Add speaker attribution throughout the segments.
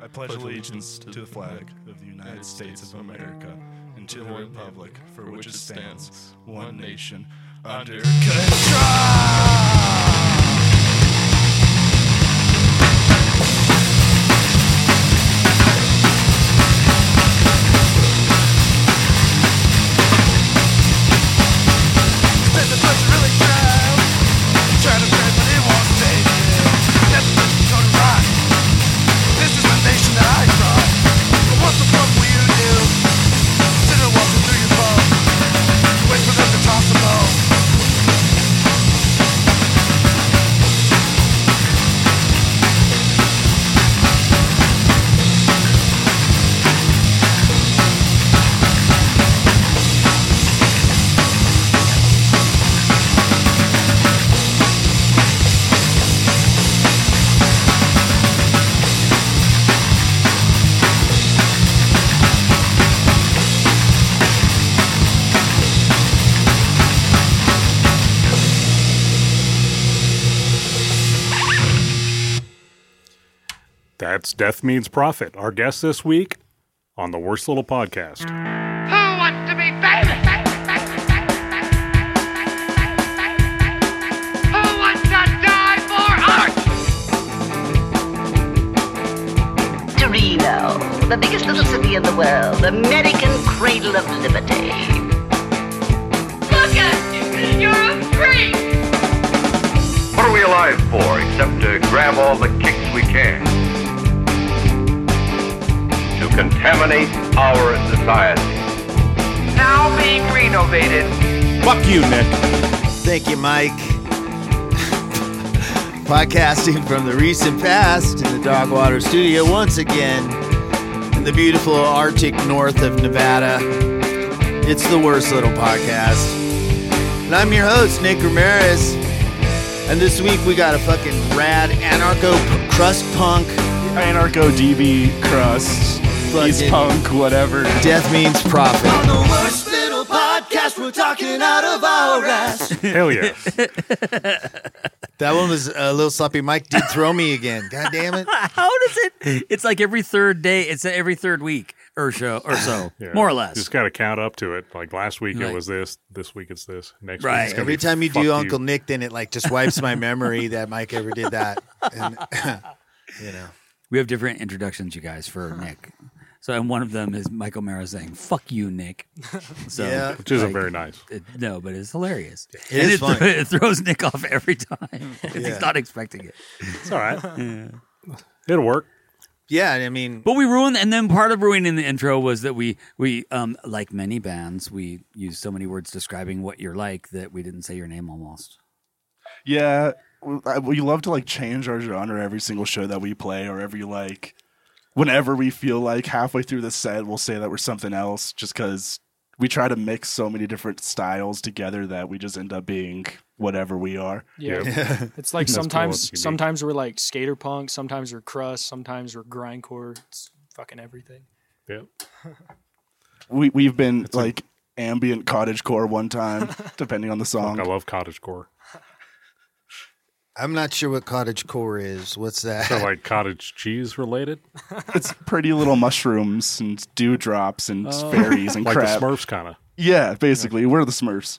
Speaker 1: I pledge allegiance to the flag of the United States of America and to the republic for which it stands, one nation, under control.
Speaker 2: That's Death Means Profit, our guest this week on the Worst Little Podcast.
Speaker 3: Who wants to be famous? Who wants to die for art?
Speaker 4: Torino, the biggest little city in the world, American cradle of liberty.
Speaker 3: Look at you, you're a freak.
Speaker 5: What are we alive for except to grab all the kicks we can? To contaminate our society.
Speaker 3: Now being renovated.
Speaker 6: Thank you, Mike. Podcasting from the recent past in the Dogwater Studio once again in the beautiful Arctic north of Nevada. It's the worst little podcast. And I'm your host, Nick Ramirez. And this week we got a fucking rad anarcho p- crust punk
Speaker 7: Anarcho DB crust. He's
Speaker 6: Fucking-
Speaker 7: punk, whatever.
Speaker 6: death means profit.
Speaker 2: Hell yeah.
Speaker 6: That one was a little sloppy. Mike did throw me again. God damn it.
Speaker 8: How does it? It's like every third day. It's every third week or so, or so,
Speaker 2: Yeah.
Speaker 8: more or less.
Speaker 2: Just got to count up to it. Like last week it
Speaker 8: Right.
Speaker 2: was this, this week it's this, next
Speaker 8: Right.
Speaker 2: week it's gonna
Speaker 6: Every
Speaker 2: be
Speaker 6: time you
Speaker 2: fuck
Speaker 6: do Uncle Nick, then it like just wipes my memory that Mike ever did that. And, you know,
Speaker 8: we have different introductions, you guys, for Nick. So, and one of them is Michael Mara saying "fuck you, Nick." So,
Speaker 6: Yeah.
Speaker 2: Which isn't
Speaker 8: like,
Speaker 2: very nice.
Speaker 8: It, no, but it's hilarious. It
Speaker 6: is
Speaker 8: it,
Speaker 6: funny.
Speaker 8: it throws Nick off every time. 'cause
Speaker 6: Yeah.
Speaker 8: He's not expecting it.
Speaker 2: It's all right. It'll work.
Speaker 6: yeah. I mean,
Speaker 8: But we ruined, and then part of ruining the intro was that we we um like many bands, we use so many words describing what you're like that we didn't say your name almost.
Speaker 7: Yeah, we- I- we love to like change our genre every single show that we play or every like whenever we feel like halfway through the set we'll say that we're something else just cuz we try to mix so many different styles together that we just end up being whatever we are.
Speaker 9: Yeah.
Speaker 6: yeah.
Speaker 9: It's like
Speaker 2: That's cool,
Speaker 9: sometimes
Speaker 2: that's unique.
Speaker 9: sometimes we're like skater punk, sometimes we're crust, sometimes we're grindcore. It's fucking everything.
Speaker 2: Yeah.
Speaker 7: We we've been like ambient cottage core one time depending on the
Speaker 2: I
Speaker 7: song.
Speaker 2: love cottage core.
Speaker 6: I'm not sure what cottage core is. What's that?
Speaker 2: They're like cottage cheese related,
Speaker 7: It's pretty little mushrooms and dewdrops and fairies and
Speaker 2: like
Speaker 7: crap.
Speaker 2: the Smurfs kind of.
Speaker 7: yeah, basically. We're the Smurfs.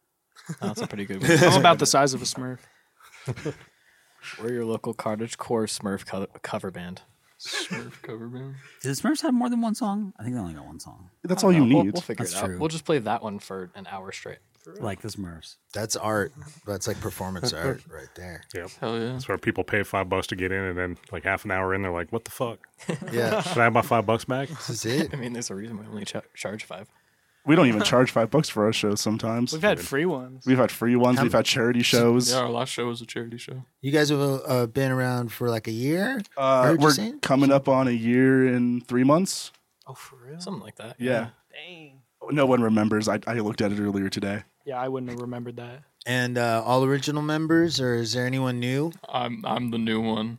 Speaker 10: That's a pretty good one.
Speaker 9: I'm about the size of a Smurf.
Speaker 10: We're your local cottage core Smurf co- cover band.
Speaker 8: Did the Smurfs have more than one song? I think they only got one song.
Speaker 7: That's all you
Speaker 10: We'll,
Speaker 7: need.
Speaker 10: we'll figure
Speaker 8: That's
Speaker 10: it out.
Speaker 8: true.
Speaker 10: We'll just play that one for an hour straight.
Speaker 8: Like the Smurfs.
Speaker 6: That's art. That's like performance art right there.
Speaker 2: Yep.
Speaker 10: Hell yeah.
Speaker 2: That's where people pay five bucks to get in, and then like half an hour in, they're like, "What the fuck?
Speaker 6: Yeah.
Speaker 2: Should I have my five bucks back?"
Speaker 6: This is it.
Speaker 10: I mean, there's a reason we only cha- charge five.
Speaker 7: We don't even charge five bucks for our shows sometimes.
Speaker 9: We've had free ones.
Speaker 7: We've had free ones.
Speaker 6: How-
Speaker 7: We've had charity shows.
Speaker 10: our last show was a charity show.
Speaker 6: You guys have uh, been around for like a year.
Speaker 7: Uh,
Speaker 6: Heard you
Speaker 7: we're
Speaker 6: saying?
Speaker 7: coming up on a year in three months.
Speaker 9: Oh, for real?
Speaker 10: Something like that.
Speaker 7: Yeah.
Speaker 9: Dang.
Speaker 7: No one remembers. I, I looked at it earlier today.
Speaker 9: Yeah, I wouldn't have remembered that.
Speaker 6: And uh, all original members, or is there anyone new?
Speaker 10: I'm I'm the new one.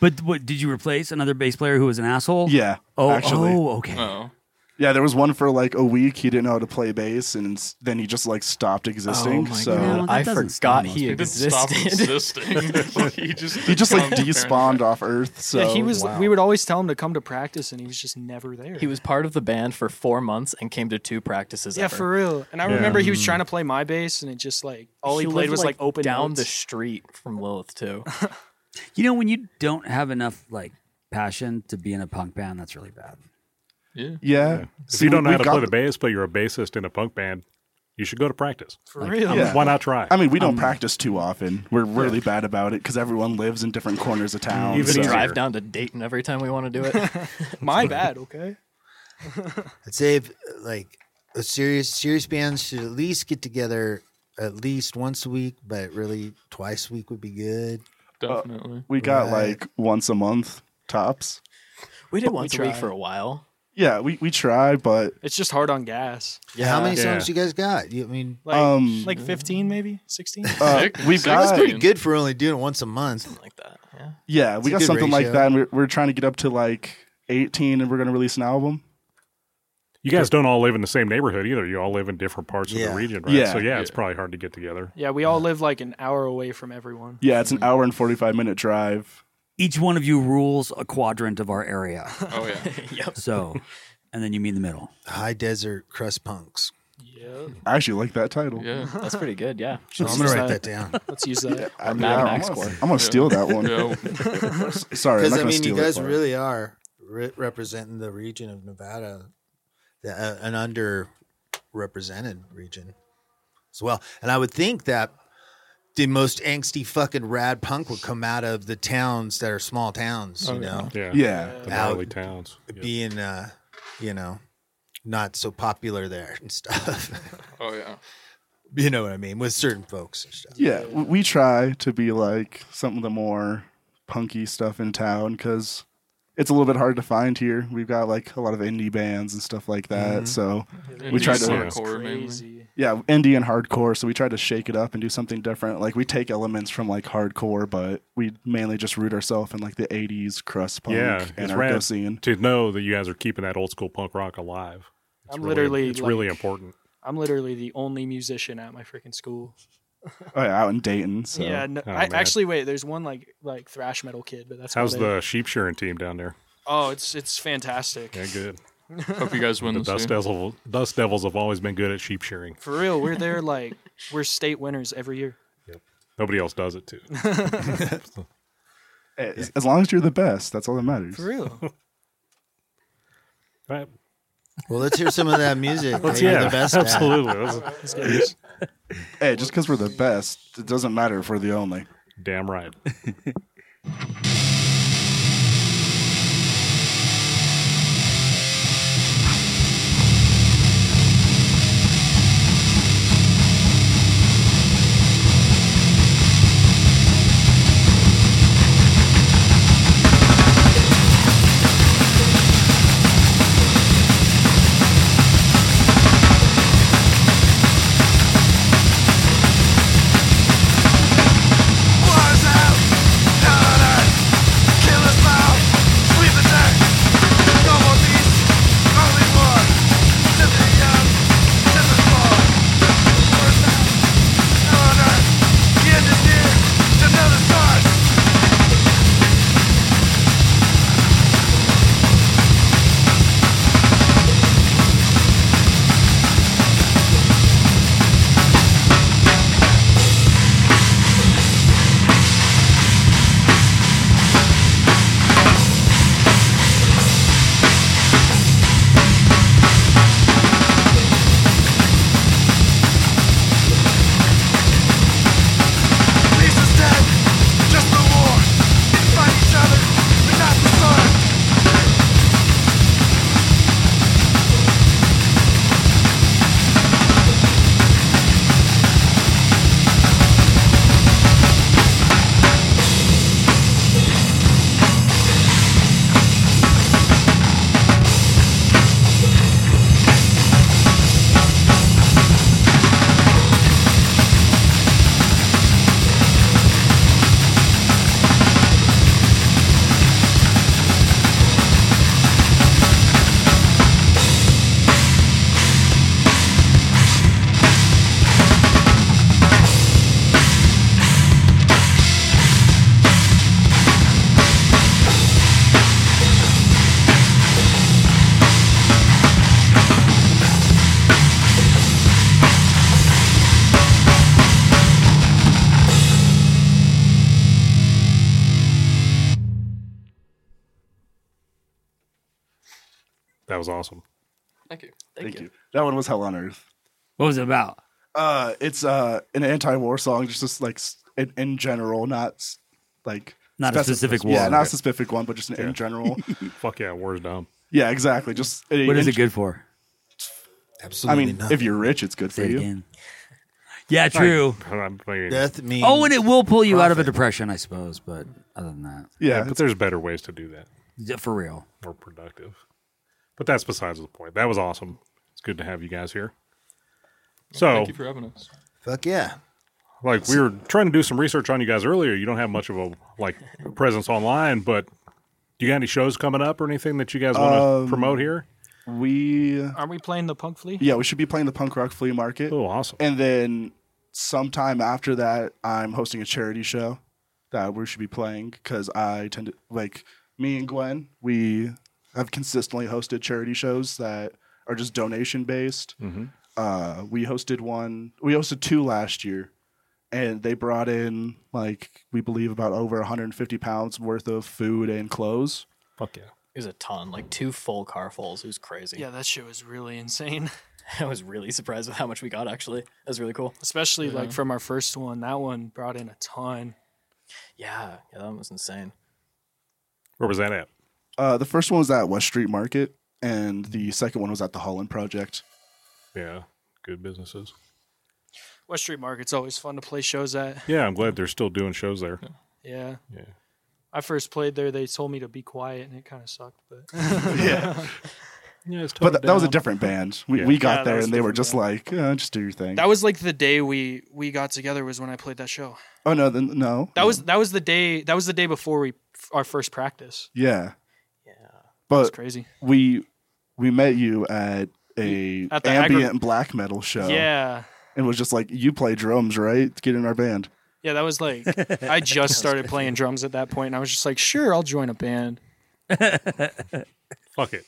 Speaker 8: But what did you replace another bass player who was an asshole?
Speaker 7: Yeah.
Speaker 8: Oh,
Speaker 7: actually.
Speaker 11: Uh-huh.
Speaker 8: oh, okay.
Speaker 10: Oh.
Speaker 7: Yeah, there was one for like a week. He didn't know how to play bass, and s- then he just like stopped
Speaker 9: Oh
Speaker 7: existing.
Speaker 10: Oh
Speaker 7: so
Speaker 8: God. that
Speaker 10: I
Speaker 8: doesn't stop
Speaker 10: forgot
Speaker 8: most
Speaker 10: he
Speaker 8: people.
Speaker 10: existed.
Speaker 11: Stop existing. he just
Speaker 7: he just like
Speaker 11: becomes
Speaker 7: despawned off Earth. So
Speaker 9: yeah, he was.
Speaker 10: wow.
Speaker 9: We would always tell him to come to practice, and he was just never there.
Speaker 10: He was part of the band for four months and came to two practices.
Speaker 9: yeah,
Speaker 10: ever.
Speaker 9: for real. And I remember he
Speaker 7: Mm.
Speaker 9: was trying to play my bass, and it just like all he, played
Speaker 10: lived,
Speaker 9: was like, open
Speaker 10: down
Speaker 9: notes.
Speaker 10: the street from Lilith too.
Speaker 8: You know, when you don't have enough like passion to be in a punk band, that's really bad.
Speaker 7: yeah.
Speaker 2: If
Speaker 7: See,
Speaker 2: you don't know
Speaker 7: we-
Speaker 2: how
Speaker 7: we
Speaker 2: to play
Speaker 7: got-
Speaker 2: the bass, but you're a bassist in a punk band, you should go to practice.
Speaker 9: for real.
Speaker 7: Yeah.
Speaker 2: Why not try?
Speaker 7: I mean, we don't practice too often. We're really bad about it because everyone lives in different corners of town.
Speaker 2: Even
Speaker 7: so-
Speaker 2: easier.
Speaker 10: Drive down to Dayton every time we want to do it.
Speaker 9: My bad. Okay.
Speaker 6: I'd say if, like a serious serious bands should at least get together at least once a week, but really twice a week would be good.
Speaker 11: Definitely.
Speaker 7: we got
Speaker 6: Right.
Speaker 7: like once a month tops.
Speaker 10: we did
Speaker 9: we
Speaker 10: once a week
Speaker 9: try.
Speaker 10: for a while.
Speaker 7: Yeah, we, we try, but
Speaker 9: It's just hard on gas.
Speaker 6: Yeah. How many
Speaker 2: Yeah.
Speaker 6: songs you guys got? You, I mean,
Speaker 9: Like
Speaker 7: Um,
Speaker 9: like fifteen, maybe sixteen.
Speaker 7: uh,
Speaker 11: Six-
Speaker 7: we've
Speaker 11: six
Speaker 7: got
Speaker 6: pretty good for only doing it once a month.
Speaker 10: Like that. Yeah.
Speaker 7: yeah, we
Speaker 6: a
Speaker 7: got
Speaker 6: good
Speaker 7: something like
Speaker 6: ratio.
Speaker 7: that, and we're, we're trying to get up to like eighteen, and we're gonna release an album.
Speaker 2: You guys don't all live in the same neighborhood either. You all live in different parts of
Speaker 6: Yeah.
Speaker 2: the region, right?
Speaker 7: Yeah.
Speaker 2: So yeah, it's
Speaker 11: Yeah.
Speaker 2: probably hard to get together.
Speaker 9: yeah, we all live like an hour away from everyone.
Speaker 7: Yeah, it's an hour and forty five minute drive.
Speaker 8: Each one of you rules a quadrant of our area.
Speaker 11: Oh yeah.
Speaker 8: So, and then you meet in the middle.
Speaker 6: High Desert Crust Punks.
Speaker 9: Yeah.
Speaker 7: I actually like that title.
Speaker 11: Yeah.
Speaker 10: That's pretty good. Yeah.
Speaker 6: So I'm gonna write that down
Speaker 9: Let's use that.
Speaker 7: I,
Speaker 10: Mad
Speaker 7: I'm
Speaker 10: Max
Speaker 7: gonna-
Speaker 10: score.
Speaker 7: I'm gonna steal that one.
Speaker 11: Yeah.
Speaker 7: Sorry, I'm
Speaker 6: because
Speaker 7: not
Speaker 6: I
Speaker 7: gonna
Speaker 6: mean
Speaker 7: steal
Speaker 6: you
Speaker 7: that
Speaker 6: guys
Speaker 7: part.
Speaker 6: really are re- representing the region of Nevada, the, uh, an underrepresented region as well. And I would think that the most angsty fucking rad punk would come out of the towns that are small towns. You know,
Speaker 2: Yeah.
Speaker 7: Oh, Yeah,
Speaker 2: The
Speaker 6: Out.
Speaker 2: gnarly towns. Yeah.
Speaker 6: being uh, you know not so popular there and stuff.
Speaker 11: Oh yeah.
Speaker 6: you know what I mean with certain folks and stuff.
Speaker 7: yeah. w- We try to be like some of the more punky stuff in town because it's a little bit hard to find here. We've got like a lot of indie bands and stuff like that.
Speaker 2: Mm-hmm.
Speaker 7: So we
Speaker 11: Indie
Speaker 7: tried to-
Speaker 11: hardcore mainly.
Speaker 9: Crazy.
Speaker 7: yeah, indie and hardcore. So we tried to shake it up and do something different. Like we take elements from like hardcore, but we mainly just root ourselves in like the '80s crust punk
Speaker 2: Yeah, it's
Speaker 7: anarcho
Speaker 2: rad
Speaker 7: scene.
Speaker 2: to know that you guys are keeping that old school punk rock alive. It's
Speaker 9: I'm
Speaker 2: really-
Speaker 9: literally
Speaker 2: it's really
Speaker 9: like-
Speaker 2: important.
Speaker 9: I'm literally the only musician at my freaking school.
Speaker 7: Oh, yeah, out in Dayton. So
Speaker 9: yeah, no,
Speaker 2: oh,
Speaker 9: I,
Speaker 2: man.
Speaker 9: actually wait. There's one like like thrash metal kid, but that's
Speaker 2: How's
Speaker 9: about it.
Speaker 2: the sheep shearing team down there?
Speaker 9: Oh, it's it's fantastic.
Speaker 2: Yeah, good.
Speaker 11: Hope you guys win
Speaker 2: The
Speaker 11: this.
Speaker 2: Dust
Speaker 11: year.
Speaker 2: Devil, Dust Devils have always been good at sheep shearing.
Speaker 9: For real, we're there like we're state winners every year.
Speaker 2: Nobody else does it too.
Speaker 7: as, as long as you're the best, that's all that matters.
Speaker 9: For real.
Speaker 2: Right?
Speaker 6: Well, let's hear some of that music. that you're
Speaker 2: Yeah,
Speaker 6: the best at.
Speaker 2: absolutely. That's-
Speaker 7: Hey, just because we're the best, it doesn't matter if we're the only.
Speaker 2: damn right.
Speaker 11: What's up?
Speaker 2: was awesome.
Speaker 9: Thank you.
Speaker 7: Thank, you. That one was Hell on Earth.
Speaker 8: What was it about?
Speaker 7: Uh, it's uh an anti-war song, just, just like s- in, in general, not s- like
Speaker 8: Not a
Speaker 7: specif-
Speaker 8: specific war.
Speaker 7: Yeah, not a specific one, but just in, in general.
Speaker 2: Fuck yeah, war's dumb.
Speaker 7: Yeah, exactly. Just uh,
Speaker 8: What is it good for?
Speaker 7: I
Speaker 6: Absolutely
Speaker 7: mean,
Speaker 6: not.
Speaker 7: if you're rich, it's good for
Speaker 8: Say it
Speaker 7: you.
Speaker 8: again. Yeah, true.
Speaker 6: Death means.
Speaker 8: Oh, and it will pull you out of a depression, I suppose. But other than that,
Speaker 7: Yeah,
Speaker 2: but there's better ways to do that.
Speaker 8: yeah, for real.
Speaker 2: More productive. But that's besides the point. That was awesome. It's good to have you guys here. So,
Speaker 9: Thank you for having us.
Speaker 6: Fuck yeah.
Speaker 2: like we were trying to do some research on you guys earlier. You don't have much of a like presence online, but you got any shows coming up or anything that you guys want to
Speaker 7: Um,
Speaker 2: promote here?
Speaker 7: we
Speaker 9: Aren't we playing the Punk Flea?
Speaker 7: yeah we should be playing the punk rock flea market,
Speaker 2: Oh, awesome.
Speaker 7: and then sometime after that, I'm hosting a charity show that we should be playing because I tend to like me and Gwen. We have consistently hosted charity shows that are just donation based. Uh, we hosted one. We hosted two last year, and they brought in like we believe about over 150 pounds worth of food and clothes.
Speaker 2: Fuck yeah.
Speaker 10: It was a ton, like two full car fulls. It was crazy.
Speaker 9: Yeah, that shit was really insane.
Speaker 10: I was really surprised with how much we got. Actually, that was really cool.
Speaker 9: Especially like from our first one. That one brought in a ton.
Speaker 10: Yeah, yeah, that one was insane.
Speaker 2: Where was that at?
Speaker 7: Uh, the first one was at West Street Market, and the second one was at the Holland Project.
Speaker 2: Yeah, good businesses.
Speaker 9: West Street Market's always fun to play shows at.
Speaker 2: Yeah, I'm glad they're still doing shows there.
Speaker 9: Yeah.
Speaker 2: Yeah.
Speaker 9: I first played there. They told me to be quiet, and it kind of sucked. But
Speaker 7: yeah,
Speaker 2: Yeah, it's
Speaker 7: but th- that was a different band. We,
Speaker 2: Yeah.
Speaker 7: we
Speaker 9: Yeah,
Speaker 7: got
Speaker 9: that
Speaker 7: there,
Speaker 9: was
Speaker 7: and
Speaker 9: a
Speaker 7: they were
Speaker 9: different
Speaker 7: just like, "Uh, just do your thing.
Speaker 9: that was like the day we we got together was when I played that show.
Speaker 7: oh no, then no.
Speaker 9: That was that was the day that was the day before we our first practice.
Speaker 7: yeah,
Speaker 10: Yeah,
Speaker 9: It's
Speaker 7: but
Speaker 9: crazy.
Speaker 7: we we met you at a
Speaker 9: At the
Speaker 7: ambient black metal show.
Speaker 9: Yeah.
Speaker 7: and was just like, you play drums, right? Get in our band.
Speaker 9: Yeah, that was like I just started playing drums at that point, and I was just like, "Sure, I'll join a band."
Speaker 2: Fuck it.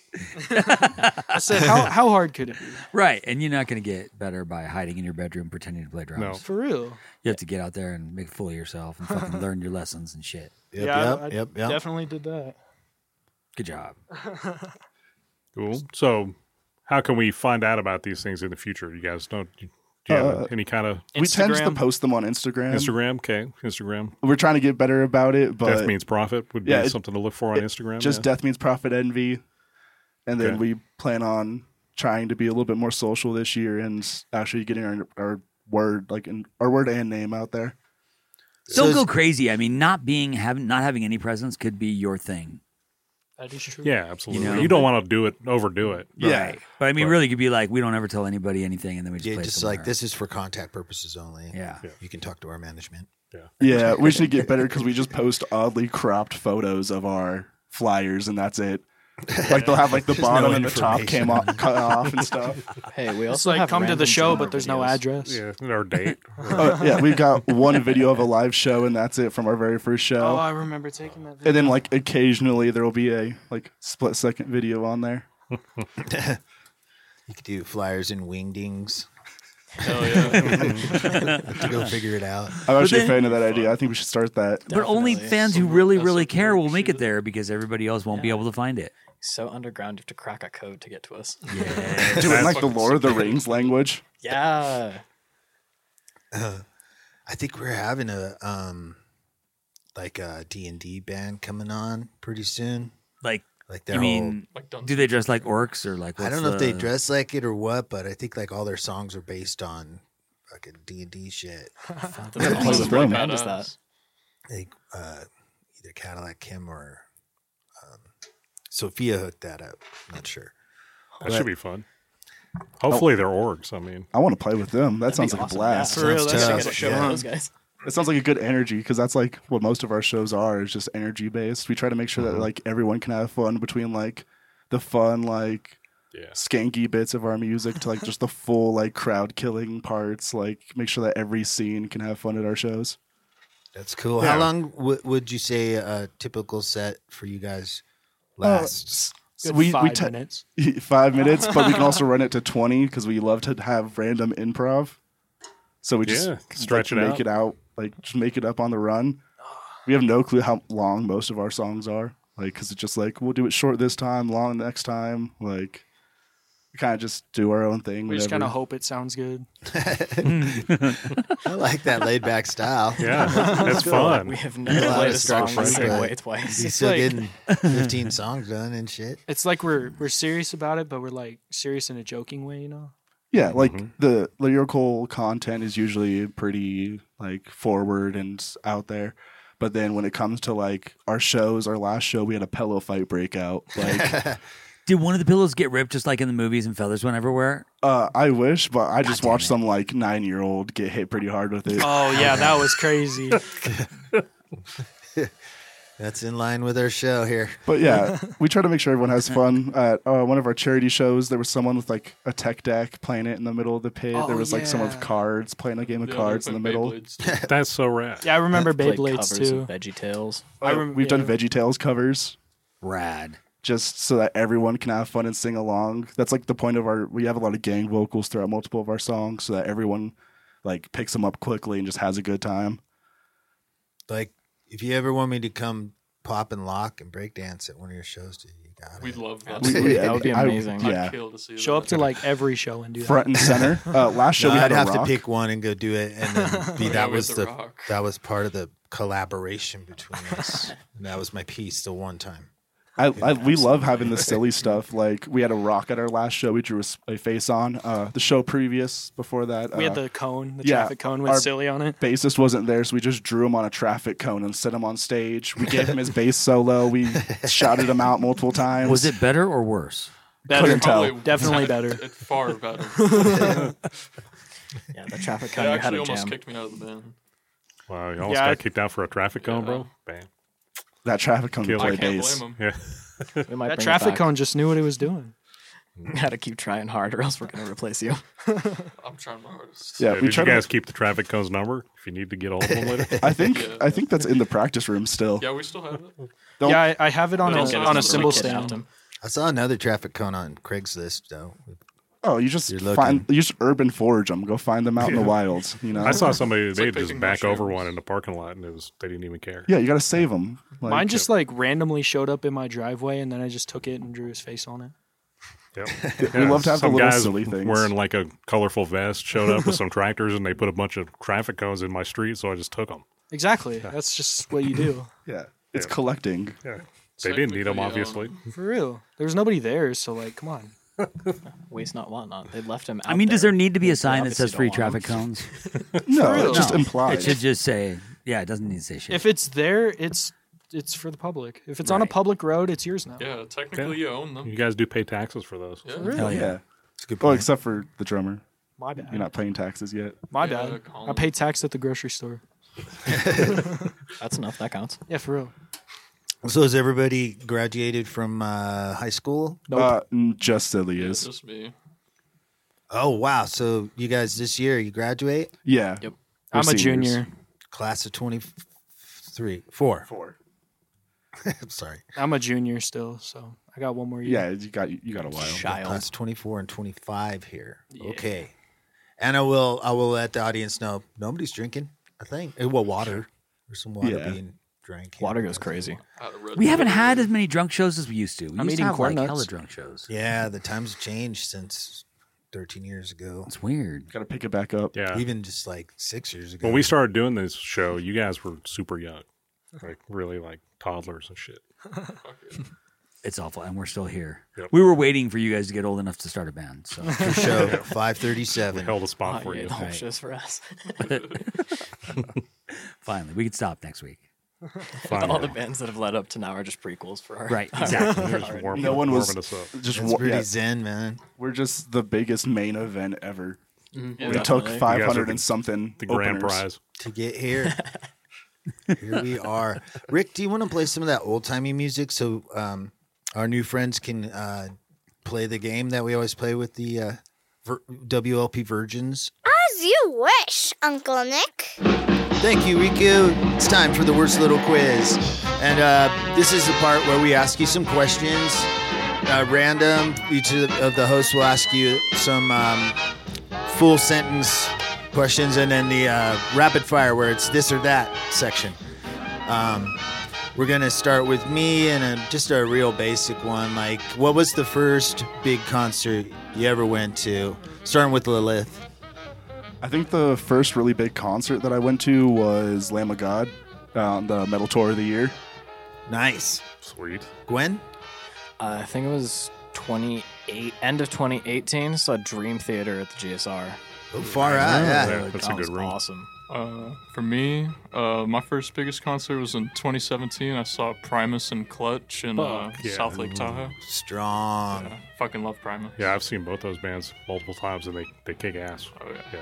Speaker 9: I said, "How how hard could it be?"
Speaker 8: Right, and you're not going to get better by hiding in your bedroom pretending to play drums.
Speaker 2: No.
Speaker 9: For real.
Speaker 8: You have to get out there and make a fool of yourself and fucking learn your lessons and shit.
Speaker 6: Yep,
Speaker 9: yeah,
Speaker 6: yep,
Speaker 9: I, I
Speaker 6: yep, yep.
Speaker 9: definitely did that.
Speaker 8: Good job.
Speaker 2: Cool. So, how can we find out about these things in the future? You guys don't. Do you have
Speaker 7: Uh,
Speaker 2: any kind of
Speaker 7: We tend to
Speaker 9: Instagram.
Speaker 7: post them on Instagram.
Speaker 2: Instagram? Okay, Instagram.
Speaker 7: We're trying to get better about it, but
Speaker 2: Death means profit would be
Speaker 7: yeah, it-
Speaker 2: something to look for on
Speaker 7: it-
Speaker 2: Instagram.
Speaker 7: just
Speaker 2: yeah.
Speaker 7: death means profit envy and then
Speaker 2: Okay.
Speaker 7: we plan on trying to be a little bit more social this year and actually getting our, our word like in, our word and name out there
Speaker 6: So
Speaker 8: Don't
Speaker 6: is-
Speaker 8: go crazy. I mean, not being having not having any presence could be your thing.
Speaker 9: That is true.
Speaker 2: Yeah, absolutely. You,
Speaker 8: know?
Speaker 2: don't want to do it, overdo it.
Speaker 7: yeah
Speaker 8: But I mean,
Speaker 2: Right.
Speaker 8: really, could be like we don't ever tell anybody anything, and then we just
Speaker 6: Yeah,
Speaker 8: play
Speaker 6: just
Speaker 8: somewhere.
Speaker 6: like this is for contact purposes only.
Speaker 8: Yeah.
Speaker 2: Yeah.
Speaker 6: You can talk to our management.
Speaker 7: yeah we should get better because we just post oddly cropped photos of our flyers and that's it like they'll have like the
Speaker 6: There's
Speaker 7: bottom
Speaker 6: no
Speaker 7: and the top came off cut off and stuff
Speaker 10: Hey, we also
Speaker 9: It's like
Speaker 10: have
Speaker 9: come to the
Speaker 10: randoms
Speaker 9: show,
Speaker 10: on our
Speaker 9: but there's no
Speaker 10: videos.
Speaker 9: address.
Speaker 2: Yeah, or date.
Speaker 7: oh, yeah we've got one video of a live show and that's it from our very first
Speaker 9: Oh,
Speaker 7: show
Speaker 9: I remember taking that.
Speaker 7: and then like occasionally there will be a like split second video on there
Speaker 6: You could do flyers and wingdings
Speaker 9: Oh yeah. Mm-hmm.
Speaker 6: to go figure it out.
Speaker 7: i'm actually
Speaker 8: then-
Speaker 7: a fan of that idea i think we should start that
Speaker 8: But only
Speaker 10: Definitely.
Speaker 8: fans who
Speaker 10: Some-
Speaker 8: really,
Speaker 10: that's
Speaker 8: really
Speaker 10: some
Speaker 8: care will
Speaker 10: weird
Speaker 8: make
Speaker 10: shit.
Speaker 8: it there because everybody else won't be able to find it.
Speaker 10: So underground, you have to crack a code to get to us.
Speaker 7: Do it in
Speaker 2: That's
Speaker 7: like the Lord of the Rings language.
Speaker 10: yeah.
Speaker 6: I think we're having a um like a D&D band coming on pretty soon.
Speaker 8: Like,
Speaker 6: Like
Speaker 8: I
Speaker 6: their
Speaker 8: mean, do they dress like orcs or like?
Speaker 6: whole I
Speaker 8: what's
Speaker 6: don't know if they
Speaker 8: the-
Speaker 6: dress like it or what, but I think like all their songs are based on fucking D&D shit.
Speaker 7: Yeah, play with them.
Speaker 9: uh,
Speaker 10: Band is that?
Speaker 6: I think uh, either Cadillac Kim or um, Sophia hooked that up. I'm not sure.
Speaker 2: That should be fun.
Speaker 7: Oh.
Speaker 2: Hopefully they're orgs. I mean,
Speaker 7: I want to play with them. That sounds
Speaker 10: be
Speaker 7: like a
Speaker 10: awesome,
Speaker 7: blast.
Speaker 10: yeah.
Speaker 9: For real,
Speaker 6: Sounds
Speaker 9: that's
Speaker 6: tough,
Speaker 9: like a show.
Speaker 6: yeah.
Speaker 9: huh?
Speaker 10: Those guys.
Speaker 7: It sounds like a good energy because that's like what most of our shows are. Is just energy based. We try to make sure that like everyone can have fun between like the fun like
Speaker 2: yeah.
Speaker 7: skanky bits of our music to like just the full like crowd killing parts. Like make sure that every scene can have fun at our shows.
Speaker 6: That's cool.
Speaker 2: Yeah.
Speaker 6: How long w- would you say a typical set for you guys lasts?
Speaker 9: Oh, Good
Speaker 7: we
Speaker 9: five
Speaker 7: we te-
Speaker 9: minutes.
Speaker 7: five minutes, but we can also run it to twenty because we love to have random improv. So we just
Speaker 2: Yeah, stretch
Speaker 7: like,
Speaker 2: it
Speaker 7: make
Speaker 2: out.
Speaker 7: it out, like just make it up on the run. We have no clue how long most of our songs are. Like, cause it's just like we'll do it short this time, long next time. Like, we kind of just do our own thing.
Speaker 9: We just
Speaker 7: whatever.
Speaker 9: kind of hope it sounds good.
Speaker 6: I like that laid back style.
Speaker 9: Yeah, that's fun.
Speaker 10: We have never played a song the same way twice.
Speaker 6: He's
Speaker 9: It's
Speaker 6: still
Speaker 9: like-
Speaker 6: getting 15 songs done and shit.
Speaker 9: It's like we're we're serious about it, but we're like serious in a joking way, you know.
Speaker 7: Yeah, like
Speaker 2: Mm-hmm.
Speaker 7: the lyrical content is usually pretty like forward and out there. But then when it comes to like our shows, our last show we had a pillow fight breakout. Like
Speaker 8: Did one of the pillows get ripped just like in the movies and feathers went everywhere?
Speaker 7: uh, I wish, but I just watched some like nine year old get hit pretty hard with it.
Speaker 9: Oh yeah, that was crazy.
Speaker 6: That's in line with our show here.
Speaker 7: But yeah, we try to make sure everyone has fun. At uh, one of our charity shows, there was someone with like a tech deck playing it in the middle of the pit.
Speaker 9: Oh,
Speaker 7: there was like someone with
Speaker 9: yeah.
Speaker 7: cards playing a game of cards in the middle.
Speaker 2: That's so rad.
Speaker 9: Yeah, I remember
Speaker 10: Played
Speaker 9: Beyblades
Speaker 10: covers
Speaker 9: too.
Speaker 10: of Veggie Tales.
Speaker 9: I rem-
Speaker 7: Uh, We've done
Speaker 9: yeah.
Speaker 7: Veggie Tales covers.
Speaker 8: Rad.
Speaker 7: just so that everyone can have fun and sing along. That's like the point of our. We have a lot of gang vocals throughout multiple of our songs, so that everyone like picks them up quickly and just has a good time.
Speaker 6: Like, if you ever want me to come pop and lock and break dance at one of your shows, dude, you got it.
Speaker 5: We'd love that.
Speaker 7: We- we-
Speaker 10: That would be
Speaker 7: I-
Speaker 10: amazing.
Speaker 7: yeah,
Speaker 5: Kill to see
Speaker 9: Show up to like every show and do that.
Speaker 7: front and center. Uh, last show
Speaker 6: No,
Speaker 7: we
Speaker 6: I'd
Speaker 7: had a
Speaker 6: have
Speaker 7: rock.
Speaker 6: to pick one and go do it, and then be,
Speaker 5: Yeah,
Speaker 6: that
Speaker 5: with
Speaker 6: was
Speaker 5: the
Speaker 6: the,
Speaker 5: rock.
Speaker 6: that was part of the collaboration between us. and that was my piece the one time.
Speaker 7: I, I we love having the silly stuff. Like we had a rock at our last show. We drew a s- a, face on. Uh, the show previous before that,
Speaker 9: We had
Speaker 7: uh,
Speaker 9: the cone, the
Speaker 7: yeah,
Speaker 9: traffic cone with
Speaker 7: our-
Speaker 9: silly on it.
Speaker 7: bassist wasn't there, so we just drew him on a traffic cone and set him on stage. We gave him his bass solo. We shouted him out multiple times.
Speaker 8: Was it better or worse?
Speaker 7: Couldn't tell.
Speaker 5: Probably
Speaker 9: Definitely
Speaker 5: better.
Speaker 9: better.
Speaker 5: Far better. yeah,
Speaker 10: Yeah, the traffic
Speaker 5: they
Speaker 10: cone you had
Speaker 5: actually
Speaker 10: a
Speaker 5: almost
Speaker 10: jam.
Speaker 5: kicked me out of the band.
Speaker 2: Wow, you almost
Speaker 9: Yeah, I-
Speaker 2: got kicked out for a traffic cone, bro. Bam.
Speaker 7: That traffic cone
Speaker 2: Kill
Speaker 7: played
Speaker 5: I can't
Speaker 7: bass.
Speaker 5: blame them.
Speaker 2: Yeah.
Speaker 10: We might
Speaker 9: That
Speaker 10: bring it
Speaker 9: traffic
Speaker 10: back.
Speaker 9: cone just knew what it was doing.
Speaker 10: Gotta keep trying hard, or else we're gonna replace you.
Speaker 5: I'm trying my hardest.
Speaker 7: Yeah, we
Speaker 2: Yeah, did
Speaker 7: try to-
Speaker 2: you guys keep the traffic cone's number if you need to get a hold of them later?
Speaker 7: I think
Speaker 5: Yeah.
Speaker 7: I think that's in the practice room still.
Speaker 5: Yeah, we still have it.
Speaker 7: Don't-
Speaker 9: yeah, I, I have it on
Speaker 5: Don't
Speaker 9: a,
Speaker 5: get us
Speaker 9: on a
Speaker 5: to
Speaker 9: symbol
Speaker 5: kidnap
Speaker 9: stand.
Speaker 5: them.
Speaker 6: I saw another traffic cone on Craigslist though.
Speaker 7: Oh, you just
Speaker 6: You're looking.
Speaker 7: find you just urban forage them. Go find them out in the
Speaker 2: Yeah.
Speaker 7: wilds. You know.
Speaker 2: I saw somebody they
Speaker 5: like
Speaker 2: just
Speaker 5: picking
Speaker 2: back over
Speaker 5: mushrooms.
Speaker 2: one in the parking lot and it was they didn't even care.
Speaker 7: Yeah, you got to save them.
Speaker 9: Mine just like randomly showed up in my driveway, and then I just took it and drew his face on it.
Speaker 2: Yep.
Speaker 7: we love to have the
Speaker 2: some
Speaker 7: little
Speaker 2: guys
Speaker 7: silly things.
Speaker 2: Wearing like a colorful vest, showed up with some tractors, and they put a bunch of traffic cones in my street, so I just took them.
Speaker 9: Exactly. That's just what you do.
Speaker 7: yeah, it's collecting.
Speaker 2: Yeah, they didn't need them,
Speaker 5: Technically, um,
Speaker 2: obviously.
Speaker 9: For real. There was nobody there, so like, come on.
Speaker 10: Waste not, want not. They left him. Out
Speaker 8: I mean, does there need to be
Speaker 10: They-
Speaker 8: a
Speaker 10: they
Speaker 8: sign that says
Speaker 10: obviously
Speaker 8: free
Speaker 10: don't want
Speaker 8: traffic cones?
Speaker 7: No, it just
Speaker 8: No. It
Speaker 7: implies.
Speaker 8: should just say, yeah, it doesn't need to say shit.
Speaker 9: If it's there, it's it's for the public. If it's on a
Speaker 8: Right.
Speaker 9: public road, it's yours now.
Speaker 5: Yeah, technically you own them.
Speaker 2: You guys do pay taxes for those.
Speaker 5: Yeah.
Speaker 9: Really?
Speaker 8: Hell
Speaker 7: yeah.
Speaker 8: yeah.
Speaker 6: It's a good
Speaker 7: Oh,
Speaker 6: point.
Speaker 7: except for the drummer.
Speaker 9: My bad.
Speaker 7: You're not paying taxes yet.
Speaker 9: My
Speaker 5: Yeah,
Speaker 9: bad.
Speaker 5: Colin.
Speaker 9: I pay tax at the grocery store.
Speaker 10: them. That's enough. That counts.
Speaker 9: Yeah, for real.
Speaker 6: so has everybody graduated from uh, high school?
Speaker 9: Nope.
Speaker 7: Uh, mm, just silly
Speaker 5: Yeah,
Speaker 7: is.
Speaker 5: just me.
Speaker 6: Oh wow! So you guys this year you graduate
Speaker 7: Yeah.
Speaker 10: Yep.
Speaker 7: We're
Speaker 9: I'm a
Speaker 7: seniors.
Speaker 9: junior.
Speaker 6: class of twenty three four.
Speaker 7: Four.
Speaker 6: I'm sorry,
Speaker 9: I'm a junior still, so I got one more year.
Speaker 7: Yeah, you got you got a while.
Speaker 6: class twenty four and twenty five here. Okay, and I will I will let the audience know nobody's drinking. I think Eh, well water. There's some water
Speaker 7: Yeah.
Speaker 6: being drank. here.
Speaker 10: Water goes crazy.
Speaker 5: I had a red
Speaker 8: we haven't
Speaker 5: Bull.
Speaker 8: had as many drunk shows as we used to. We
Speaker 10: I'm
Speaker 8: used to
Speaker 10: eating
Speaker 8: have
Speaker 10: corn
Speaker 8: like
Speaker 10: nuts.
Speaker 8: hella drunk shows.
Speaker 6: Yeah, the times have changed since thirteen years ago.
Speaker 8: It's weird.
Speaker 7: Got to pick it back up.
Speaker 2: Yeah.
Speaker 6: Even just like six years ago.
Speaker 2: When we started doing this show, you guys were super young, like really like toddlers and shit.
Speaker 8: It's awful, and we're still here.
Speaker 2: Yep.
Speaker 8: We were waiting for you guys to get old enough to start a band. So
Speaker 6: Your show five thirty
Speaker 2: We
Speaker 6: seven.
Speaker 2: held a spot
Speaker 10: Oh,
Speaker 2: for
Speaker 10: yeah,
Speaker 2: you.
Speaker 10: the whole
Speaker 8: Right.
Speaker 10: show's for us.
Speaker 8: finally, we could stop next week.
Speaker 10: All the
Speaker 2: Finally.
Speaker 10: bands that have led up to now are just prequels for our
Speaker 8: Right, exactly.
Speaker 2: It was warm-
Speaker 7: No one was-
Speaker 2: warming us up.
Speaker 7: Just
Speaker 6: It's
Speaker 7: wa-
Speaker 6: pretty
Speaker 7: yeah,
Speaker 6: zen, man.
Speaker 7: we're just the biggest main event ever.
Speaker 10: Yeah,
Speaker 7: we took
Speaker 10: definitely.
Speaker 7: 500
Speaker 2: the-
Speaker 7: and something.
Speaker 2: The grand
Speaker 7: openers.
Speaker 2: prize.
Speaker 6: to get here. here we are. Rick, do you want to play some of that old timey music so um, our new friends can uh, play the game that we always play with the uh, vir- WLP Virgins?
Speaker 3: As you wish, Uncle Nick.
Speaker 6: Thank you, Riku. It's time for the worst little quiz. And uh, this is the part where we ask you some questions. Uh, random. Each of the, of the hosts will ask you some um, full sentence questions and then the uh, rapid fire where it's this or that section. Um, We're gonna start with me and a, just a real basic one. Like, what was the first big concert you ever went to? Starting with Lilith.
Speaker 7: I think the first really big concert that I went to was Lamb of God uh, on the Metal Tour of the Year.
Speaker 6: Nice.
Speaker 2: Sweet.
Speaker 6: Gwen?
Speaker 10: Uh, I think it was 28, end of 2018. Saw Dream Theater at the GSR.
Speaker 6: Oh, far
Speaker 5: out, yeah.
Speaker 10: That
Speaker 5: Yeah, that's a
Speaker 10: was
Speaker 5: good room.
Speaker 10: Awesome.
Speaker 5: Uh, for me, uh, my first biggest concert was in 2017. I saw Primus and Clutch in uh,
Speaker 2: Fuck yeah.
Speaker 5: South Lake Tahoe.
Speaker 6: Strong.
Speaker 5: Fucking love Primus.
Speaker 2: Yeah, I've seen both those bands multiple times, and they, they kick ass.
Speaker 5: Oh yeah.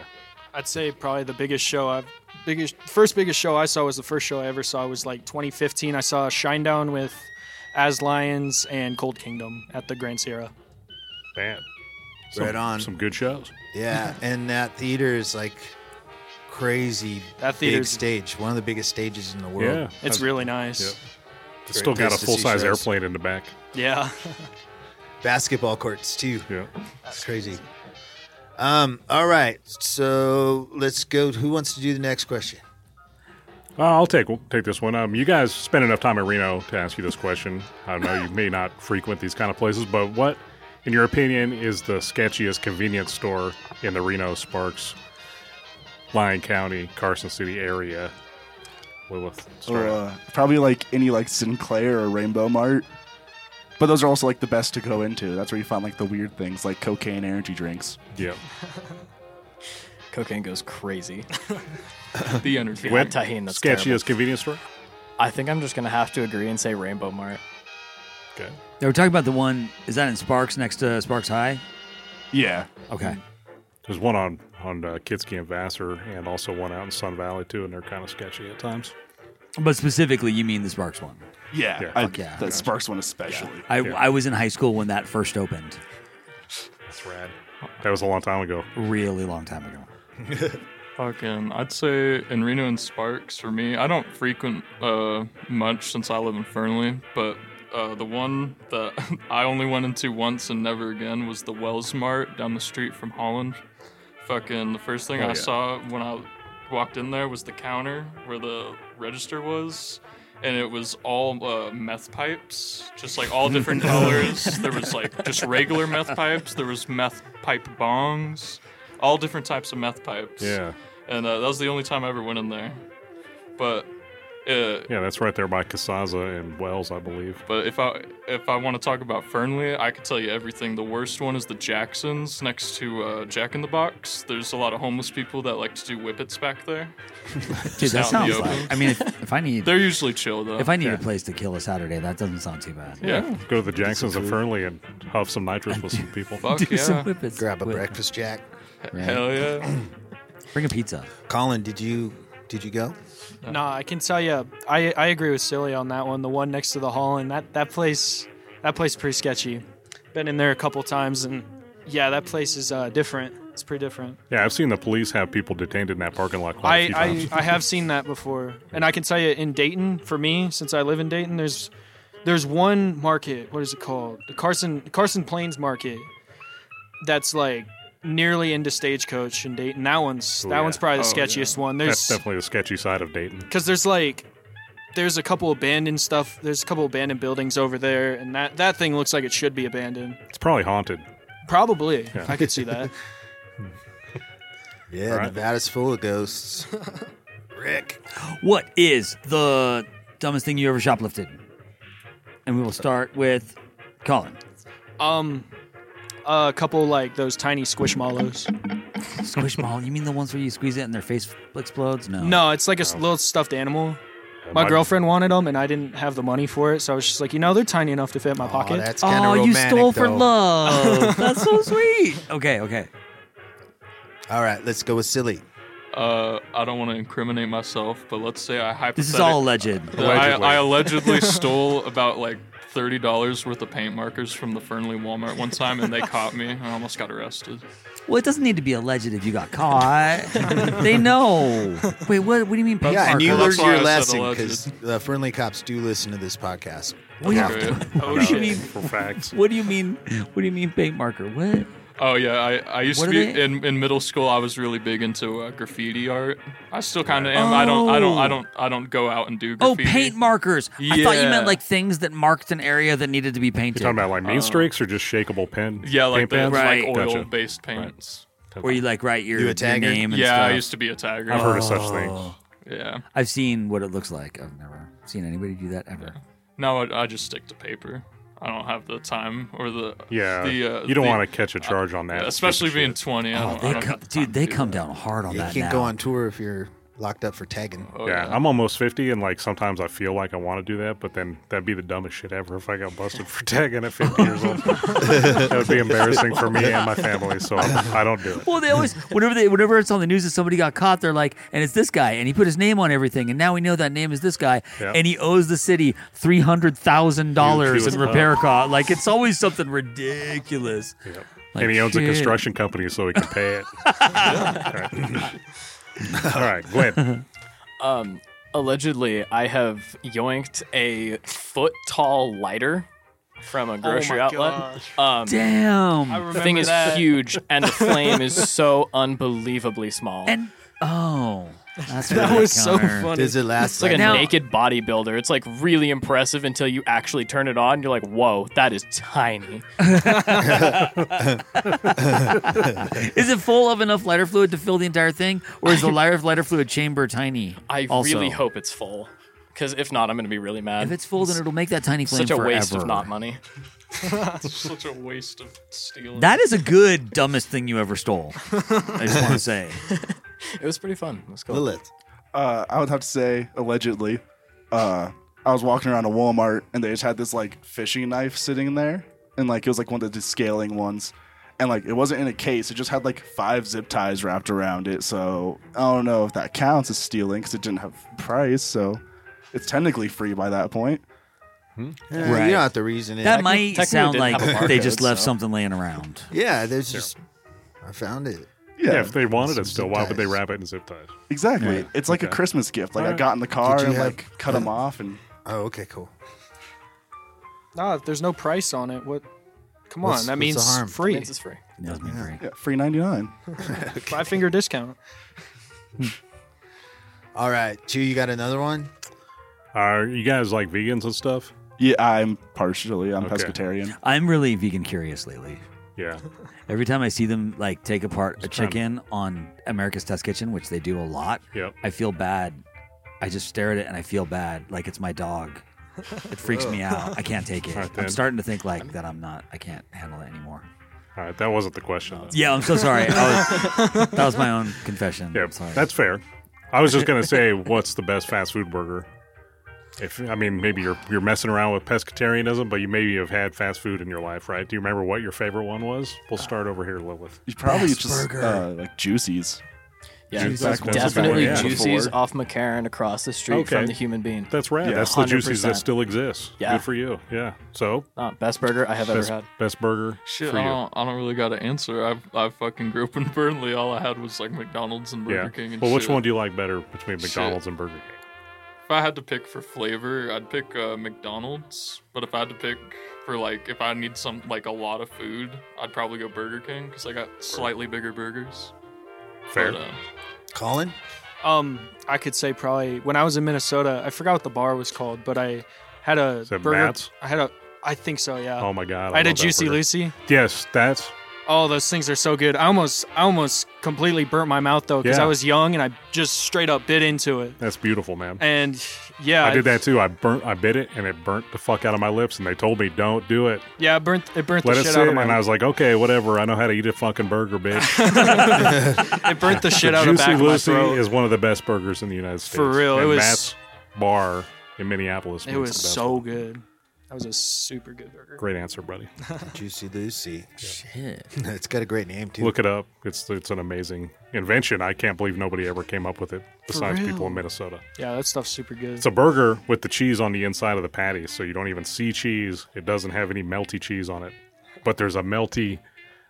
Speaker 9: I'd say probably the biggest show I've biggest first biggest show I saw was the first show I ever saw was like 2015. I saw Shinedown with As Lions and Cold Kingdom at the Grand Sierra.
Speaker 2: Man.
Speaker 9: Some-
Speaker 6: right on.
Speaker 2: Some good shows.
Speaker 6: Yeah, and that theater is like crazy
Speaker 9: That
Speaker 6: big
Speaker 9: theater's-
Speaker 6: stage. One of the biggest stages in the world.
Speaker 2: Yeah.
Speaker 9: It's really nice.
Speaker 2: Yep.
Speaker 6: Great
Speaker 2: Still got
Speaker 6: place
Speaker 2: a
Speaker 6: to see
Speaker 2: full size
Speaker 6: shows.
Speaker 2: airplane in the back.
Speaker 9: Yeah.
Speaker 6: basketball courts too.
Speaker 2: Yeah,
Speaker 6: that's crazy. Um. All right. So let's go. Who wants to do the next question?
Speaker 2: Uh, I'll take take this one. Um, you guys spend enough time in Reno to ask you this question. I know you may not frequent these kind of places, but what, in your opinion, is the sketchiest convenience store in the Reno Sparks, Lyon County, Carson City area? Lilith.
Speaker 7: Or
Speaker 2: start with-
Speaker 7: uh, probably like any like Sinclair or Rainbow Mart. But those are also like the best to go into. That's where you find like the weird things like cocaine energy drinks.
Speaker 2: Yeah.
Speaker 10: Cocaine goes crazy.
Speaker 5: the energy.
Speaker 10: Yeah, tahine, that's
Speaker 2: sketchiest
Speaker 10: terrible.
Speaker 2: convenience store.
Speaker 10: I think I'm just gonna have to agree and say Rainbow Mart.
Speaker 2: Okay.
Speaker 8: Now we're talking about the one. Is that in Sparks next to Sparks High?
Speaker 7: Yeah.
Speaker 8: Okay.
Speaker 2: There's one on on uh, Kitski and Vassar, and also one out in Sun Valley too, and they're kind of sketchy at times.
Speaker 8: But specifically, you mean the Sparks one?
Speaker 7: Yeah,
Speaker 2: Yeah.
Speaker 7: I,
Speaker 2: Fuck yeah.
Speaker 7: that Sparks one especially.
Speaker 8: I,
Speaker 2: Yeah.
Speaker 8: I was in high school when that first opened.
Speaker 2: That's rad. That was a long time ago.
Speaker 8: Really long time ago.
Speaker 5: Fucking, I'd say in Reno and Sparks for me. I don't frequent uh, much since I live in Fernley, but uh, the one that I only went into once and never again was the Wells Mart down the street from Holland. Fucking, the first thing
Speaker 2: Oh,
Speaker 5: I
Speaker 2: yeah.
Speaker 5: saw when I walked in there was the counter where the register was. And it was all uh, meth pipes, just like all different colors. There was like just regular meth pipes. There was meth pipe bongs, all different types of meth pipes
Speaker 2: Yeah.
Speaker 5: and uh, that was the only time I ever went in there. But uh,
Speaker 2: Yeah, that's right there by Casaza and Wells, I believe.
Speaker 5: but if I if I want to talk about Fernley, I could tell you everything. The worst one is the Jacksons next to uh, Jack in the Box. There's a lot of homeless people that like to do whippets back there.
Speaker 8: Dude,
Speaker 5: Just out
Speaker 8: that
Speaker 5: in
Speaker 8: sounds
Speaker 5: the open.
Speaker 8: like. I mean, if, if I need,
Speaker 5: They're usually chill though.
Speaker 8: if I need a place to kill a Saturday, that doesn't sound too bad.
Speaker 5: Yeah.
Speaker 2: Go to the Jacksons of Fernley and huff some nitrous with some people.
Speaker 5: Fuck
Speaker 8: Do some
Speaker 5: yeah.
Speaker 8: whippets.
Speaker 6: Grab a
Speaker 8: Whip-
Speaker 6: breakfast, Jack.
Speaker 8: right?
Speaker 5: Hell yeah.
Speaker 8: Bring a pizza.
Speaker 6: Colin, did you did you go?
Speaker 9: No, I can tell you, I I agree with Silly on that one. The one next to the hall, and that that place, that place pretty sketchy. Been in there a couple times, and yeah, that place is uh, different. It's pretty different.
Speaker 2: Yeah, I've seen the police have people detained in that parking lot quite a
Speaker 9: I,
Speaker 2: few
Speaker 9: I,
Speaker 2: times.
Speaker 9: I have seen that before, and I can tell you in Dayton, for me, since I live in Dayton, there's there's one market. What is it called? The Carson Carson Plains Market. That's like nearly into Stagecoach in Dayton. That one's
Speaker 2: Oh,
Speaker 9: that
Speaker 2: yeah.
Speaker 9: one's probably the
Speaker 5: Oh, yeah.
Speaker 9: sketchiest one.
Speaker 2: That's
Speaker 9: There's
Speaker 2: definitely the sketchy side of Dayton.
Speaker 9: because there's like there's a couple abandoned stuff. There's a couple abandoned buildings over there, and that that thing looks like it should be abandoned.
Speaker 2: It's probably haunted.
Speaker 9: Probably,
Speaker 2: Yeah.
Speaker 9: I could see that.
Speaker 6: Yeah,
Speaker 2: Right.
Speaker 6: Nevada's full of ghosts. Rick,
Speaker 8: What is the dumbest thing you ever shoplifted? And we will start with Colin.
Speaker 9: Um, a couple like those tiny squishmallows.
Speaker 8: Squishmallow. you mean the ones where you squeeze it and their face explodes? No.
Speaker 9: No, it's like a s- little stuffed animal. My, girlfriend wanted them, and I didn't have the money for it, so I was just like, you know, they're tiny enough to fit in my
Speaker 6: oh,
Speaker 9: pocket.
Speaker 6: that's kind of
Speaker 8: Oh, you stole for
Speaker 6: though.
Speaker 8: love. That's so sweet. Okay, okay.
Speaker 6: All right, let's go with silly.
Speaker 5: Uh, I don't want to incriminate myself, but let's say I hypothetically
Speaker 8: This is all alleged.
Speaker 5: I, I allegedly stole about like thirty dollars worth of paint markers from the Fernley Walmart one time, and they caught me. I almost got arrested.
Speaker 8: Well, it doesn't need to be alleged if you got caught. they know. Wait, what? What do you mean? paint
Speaker 6: Yeah, and you
Speaker 5: Parker.
Speaker 8: markers?
Speaker 5: That's why
Speaker 6: learned
Speaker 5: I
Speaker 6: your
Speaker 5: said
Speaker 6: lesson
Speaker 5: alleged.
Speaker 6: because the Fernley cops do listen to this podcast.
Speaker 8: What do you,
Speaker 5: Okay.
Speaker 8: what do
Speaker 2: I
Speaker 8: you
Speaker 2: know,
Speaker 8: mean?
Speaker 2: uh, For facts.
Speaker 8: What do you mean? What do you mean paint marker? What?
Speaker 5: Oh yeah, I, I used
Speaker 12: What
Speaker 5: to
Speaker 12: are
Speaker 5: be
Speaker 12: they-
Speaker 5: in, in middle school. I was really big into uh, graffiti art. I still kind of am. I don't I don't I
Speaker 8: Oh.
Speaker 5: don't I don't go out and do
Speaker 8: Oh,
Speaker 5: graffiti.
Speaker 8: paint markers. I thought you
Speaker 5: Yeah.
Speaker 8: meant like things that marked an area that needed to be painted.
Speaker 2: You're talking about like mean streaks or just shakeable pen?
Speaker 5: Uh, Yeah, like
Speaker 2: paint
Speaker 5: the
Speaker 2: pens?
Speaker 5: like
Speaker 2: Gotcha.
Speaker 5: oil based paints.
Speaker 8: Where you like write your,
Speaker 5: You a
Speaker 8: your
Speaker 5: tagger?
Speaker 8: name and
Speaker 5: Yeah, I
Speaker 8: stuff.
Speaker 5: used to be a tagger.
Speaker 2: I've heard of such things.
Speaker 8: Oh.
Speaker 5: Yeah.
Speaker 8: I've seen what it looks like. I've never seen anybody do that ever.
Speaker 5: No, I, I just stick to paper. I don't have the time or the
Speaker 2: Yeah,
Speaker 5: The, uh,
Speaker 2: you don't
Speaker 5: the-
Speaker 2: wanna catch a charge on that
Speaker 5: especially being twenty. I
Speaker 8: Oh,
Speaker 5: don't, I
Speaker 8: they
Speaker 5: don't
Speaker 8: come, dude, they come down hard on
Speaker 6: You
Speaker 8: that
Speaker 6: can't
Speaker 8: now.
Speaker 6: go on tour if you're locked up for tagging.
Speaker 2: Oh, yeah, I'm almost 50, and like sometimes I feel like I want to do that, but then that'd be the dumbest shit ever if I got busted for tagging at 50 years old. that would be embarrassing for me and my family, so I don't do it.
Speaker 8: Well, they always whenever they whenever it's on the news that somebody got caught, they're like, and it's this guy, and he put his name on everything, and now we know that name is this guy,
Speaker 2: Yeah.
Speaker 8: and he owes the city three hundred thousand dollars
Speaker 2: Huge
Speaker 8: in
Speaker 2: was
Speaker 8: repair
Speaker 2: up.
Speaker 8: cost. Like it's always something ridiculous. Like,
Speaker 2: and he owns a
Speaker 8: shit.
Speaker 2: construction company, so he can pay it. All right, Glenn.
Speaker 10: Um, allegedly, I have yoinked a foot tall lighter from a grocery
Speaker 9: my
Speaker 10: outlet. Um,
Speaker 8: Damn. I
Speaker 10: the
Speaker 8: remember
Speaker 10: thing is
Speaker 8: that.
Speaker 10: huge, and the flame is so unbelievably small.
Speaker 8: And oh, that's
Speaker 10: That
Speaker 8: really
Speaker 10: was so
Speaker 8: counter.
Speaker 10: funny. Does it
Speaker 6: last
Speaker 10: It's like a
Speaker 8: Now-
Speaker 10: naked bodybuilder. It's like really impressive until you actually turn it on. You're like, whoa, that is tiny.
Speaker 8: is it full of enough lighter fluid to fill the entire thing, or is the lighter lighter fluid chamber tiny?
Speaker 10: I
Speaker 8: also?
Speaker 10: really hope it's full. Because if not, I'm going to be really mad.
Speaker 8: If it's full, then it'll make that tiny flame
Speaker 10: Such a waste
Speaker 8: forever.
Speaker 10: of not money.
Speaker 5: It's such a waste of stealing.
Speaker 8: That is a good dumbest thing you ever stole. I just want to say.
Speaker 10: It was pretty fun. Let's go.
Speaker 7: Uh, I would have to say, allegedly, uh, I was walking around a Walmart and they just had this like fishing knife sitting there, and like it was like one of the scaling ones, and like it wasn't in a case; it just had like five zip ties wrapped around it. So I don't know if that counts as stealing because it didn't have price, so it's technically free by that point.
Speaker 6: Yeah, you Right. don't have to reason it.
Speaker 8: That
Speaker 6: Techni-
Speaker 8: might
Speaker 6: technically
Speaker 8: sound
Speaker 6: didn't
Speaker 8: like
Speaker 6: have a
Speaker 8: they
Speaker 6: barcode,
Speaker 8: just left
Speaker 6: so.
Speaker 8: something laying around.
Speaker 6: Yeah, there's just I found it.
Speaker 2: Yeah, if they wanted it still, why would they wrap it in zip ties?
Speaker 7: Exactly,
Speaker 2: Right.
Speaker 7: it's like
Speaker 2: Okay.
Speaker 7: a Christmas gift. Like I
Speaker 2: Alright.
Speaker 7: got in the car
Speaker 2: Did you
Speaker 7: and
Speaker 2: have-
Speaker 7: like cut them off, and
Speaker 6: oh, okay, cool.
Speaker 9: Nah, if there's no price on it, what? Come on,
Speaker 7: What's-
Speaker 9: that
Speaker 7: what's
Speaker 9: means
Speaker 7: the harm?
Speaker 9: free.
Speaker 7: That means
Speaker 10: it's free.
Speaker 7: yeah, free ninety nine.
Speaker 9: Five finger discount.
Speaker 6: All right, two. You got another one?
Speaker 2: Are you guys like vegans and stuff?
Speaker 7: Yeah, I'm partially. I'm
Speaker 2: Okay.
Speaker 7: pescatarian.
Speaker 8: I'm really vegan curious lately.
Speaker 2: Yeah.
Speaker 8: Every time I see them like take apart a chicken on America's Test Kitchen, which they do a lot,
Speaker 2: Yep.
Speaker 8: I feel bad. I just stare at it and I feel bad, like it's my dog. It freaks me out. I can't take it.
Speaker 2: Alright,
Speaker 8: I'm
Speaker 2: then.
Speaker 8: starting to think like that. I'm not. I can't handle it anymore.
Speaker 2: All right, that wasn't the question.
Speaker 8: Yeah, I'm so sorry. I was- that was my own confession.
Speaker 2: Yeah,
Speaker 8: I'm sorry.
Speaker 2: that's fair. I was just gonna say, what's the best fast food burger? If I mean, maybe you're you're messing around with pescatarianism, but you maybe have had fast food in your life, right? Do you remember what your favorite one was? We'll start over here, Lilith.
Speaker 7: You probably just uh, like juicies.
Speaker 10: Yeah,
Speaker 7: Juices
Speaker 10: that's
Speaker 7: back
Speaker 10: definitely
Speaker 7: before-
Speaker 10: Juicy's
Speaker 7: before.
Speaker 10: off McCarran across the street
Speaker 2: Okay.
Speaker 10: from the human being.
Speaker 2: That's right. That's the juicies that still exists.
Speaker 10: Yeah.
Speaker 2: Good for you. Yeah. So
Speaker 10: Uh, best burger I have
Speaker 2: best,
Speaker 10: ever had.
Speaker 2: Best burger
Speaker 5: Shit, um,
Speaker 2: for
Speaker 5: I
Speaker 2: you.
Speaker 5: don't, I don't really got an answer. I I fucking grew up in Burnley. All I had was like McDonald's and Burger
Speaker 2: yeah.
Speaker 5: King. And
Speaker 2: well, which
Speaker 5: shit.
Speaker 2: one do you like better between McDonald's and Burger King?
Speaker 5: If I had to pick for flavor, I'd pick uh, McDonald's. But if I had to pick for like, if I need some like a lot of food, I'd probably go Burger King because I got slightly bigger burgers.
Speaker 2: Fair.
Speaker 5: But, uh,
Speaker 6: Colin?
Speaker 9: Um, I could say probably when I was in Minnesota, I forgot what the bar was called, but I had a
Speaker 2: Is it
Speaker 9: burger.
Speaker 2: Matt's?
Speaker 9: I had a. I think so. Yeah.
Speaker 2: Oh my god!
Speaker 9: I had a
Speaker 2: love that
Speaker 9: Juicy
Speaker 2: burger.
Speaker 9: Lucy.
Speaker 2: Yes, that's
Speaker 9: Oh, those things are so good. I almost, I almost completely burnt my mouth though because
Speaker 2: Yeah.
Speaker 9: I was young and I just straight up bit into it.
Speaker 2: that's beautiful, man.
Speaker 9: And yeah,
Speaker 2: I did that too. I burnt, I bit it, and it burnt the fuck out of my lips. And they told me, "Don't do it.
Speaker 9: Yeah, it burnt. It burnt
Speaker 2: Let
Speaker 9: the
Speaker 2: it
Speaker 9: shit
Speaker 2: sit."
Speaker 9: out of my.
Speaker 2: and I was like, "Okay, whatever. I know how to eat a fucking burger, bitch."
Speaker 9: it burnt the shit out of the
Speaker 2: Juicy
Speaker 9: back of my
Speaker 2: Lucy
Speaker 9: throat.
Speaker 2: is one of the best burgers in the United States.
Speaker 9: real, it
Speaker 2: And
Speaker 9: was-
Speaker 2: Matt's bar in Minneapolis.
Speaker 9: It
Speaker 2: makes
Speaker 9: was
Speaker 2: the best
Speaker 9: so good. That was a super good burger.
Speaker 2: Great answer, buddy.
Speaker 6: Juicy Lucy. Shit. it's got a great name too.
Speaker 2: Look it up. It's it's an amazing invention. I can't believe nobody ever came up with it besides people
Speaker 9: real.
Speaker 2: in Minnesota.
Speaker 9: Yeah, that stuff's super good.
Speaker 2: It's a burger with the cheese on the inside of the patty, so you don't even see cheese. It doesn't have any melty cheese on it, but there's a melty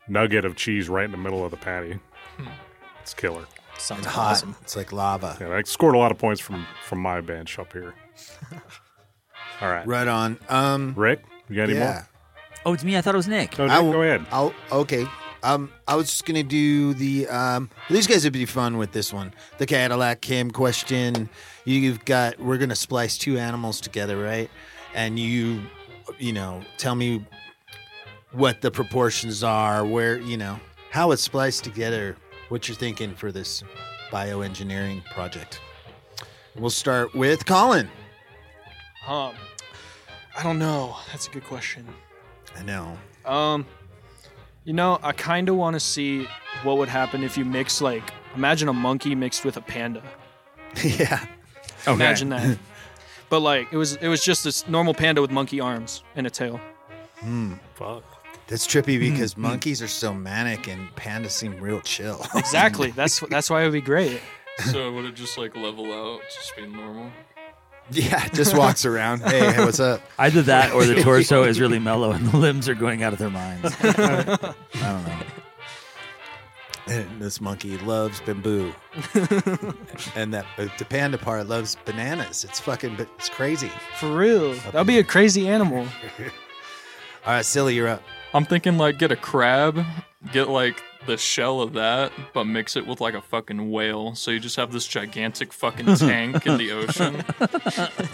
Speaker 2: nugget of cheese right in the middle of the patty.
Speaker 5: Hmm.
Speaker 2: It's killer.
Speaker 10: Sounds
Speaker 6: hot. It's like lava.
Speaker 2: Yeah, I scored a lot of points from from my bench up here. All right,
Speaker 6: right on. Um,
Speaker 2: Rick, you got any
Speaker 6: yeah.
Speaker 2: more?
Speaker 8: Oh, it's me. I thought it was Nick.
Speaker 2: No, Nick, go ahead.
Speaker 6: I'll, okay. Um, I was just gonna do the. Um, these guys would be fun with this one. The Cadillac Kim question. You've got. We're gonna splice two animals together, right? And you, you know, tell me what the proportions are, where you know how it's spliced together. What you're thinking for this bioengineering project? We'll start with Colin.
Speaker 9: Um, I don't know. That's a good question.
Speaker 6: I know.
Speaker 9: Um, you know, I kind of want to see what would happen if you mix like imagine a monkey mixed with a panda.
Speaker 6: yeah.
Speaker 8: Okay.
Speaker 9: Imagine that. but like it was it was just this normal panda with monkey arms and a tail.
Speaker 6: Hmm.
Speaker 9: Fuck.
Speaker 6: That's trippy
Speaker 5: Mm-hmm.
Speaker 6: because
Speaker 9: Mm, mm.
Speaker 6: monkeys are so manic and pandas seem real chill.
Speaker 9: Exactly. that's that's why it would be great.
Speaker 5: so would it just like level out, just being normal?
Speaker 6: yeah, just walks around. Hey, hey, what's up?
Speaker 8: Either that or the torso is really mellow and the limbs are going out of their minds.
Speaker 6: I don't know. And this monkey loves bamboo, and that but the panda part loves bananas. It's fucking, but it's crazy.
Speaker 9: For real. That'd be a crazy animal.
Speaker 6: All right, silly, you're up.
Speaker 5: I'm thinking like get a crab, get like the shell of that, but mix it with like a fucking whale. So you just have this gigantic fucking tank in the ocean.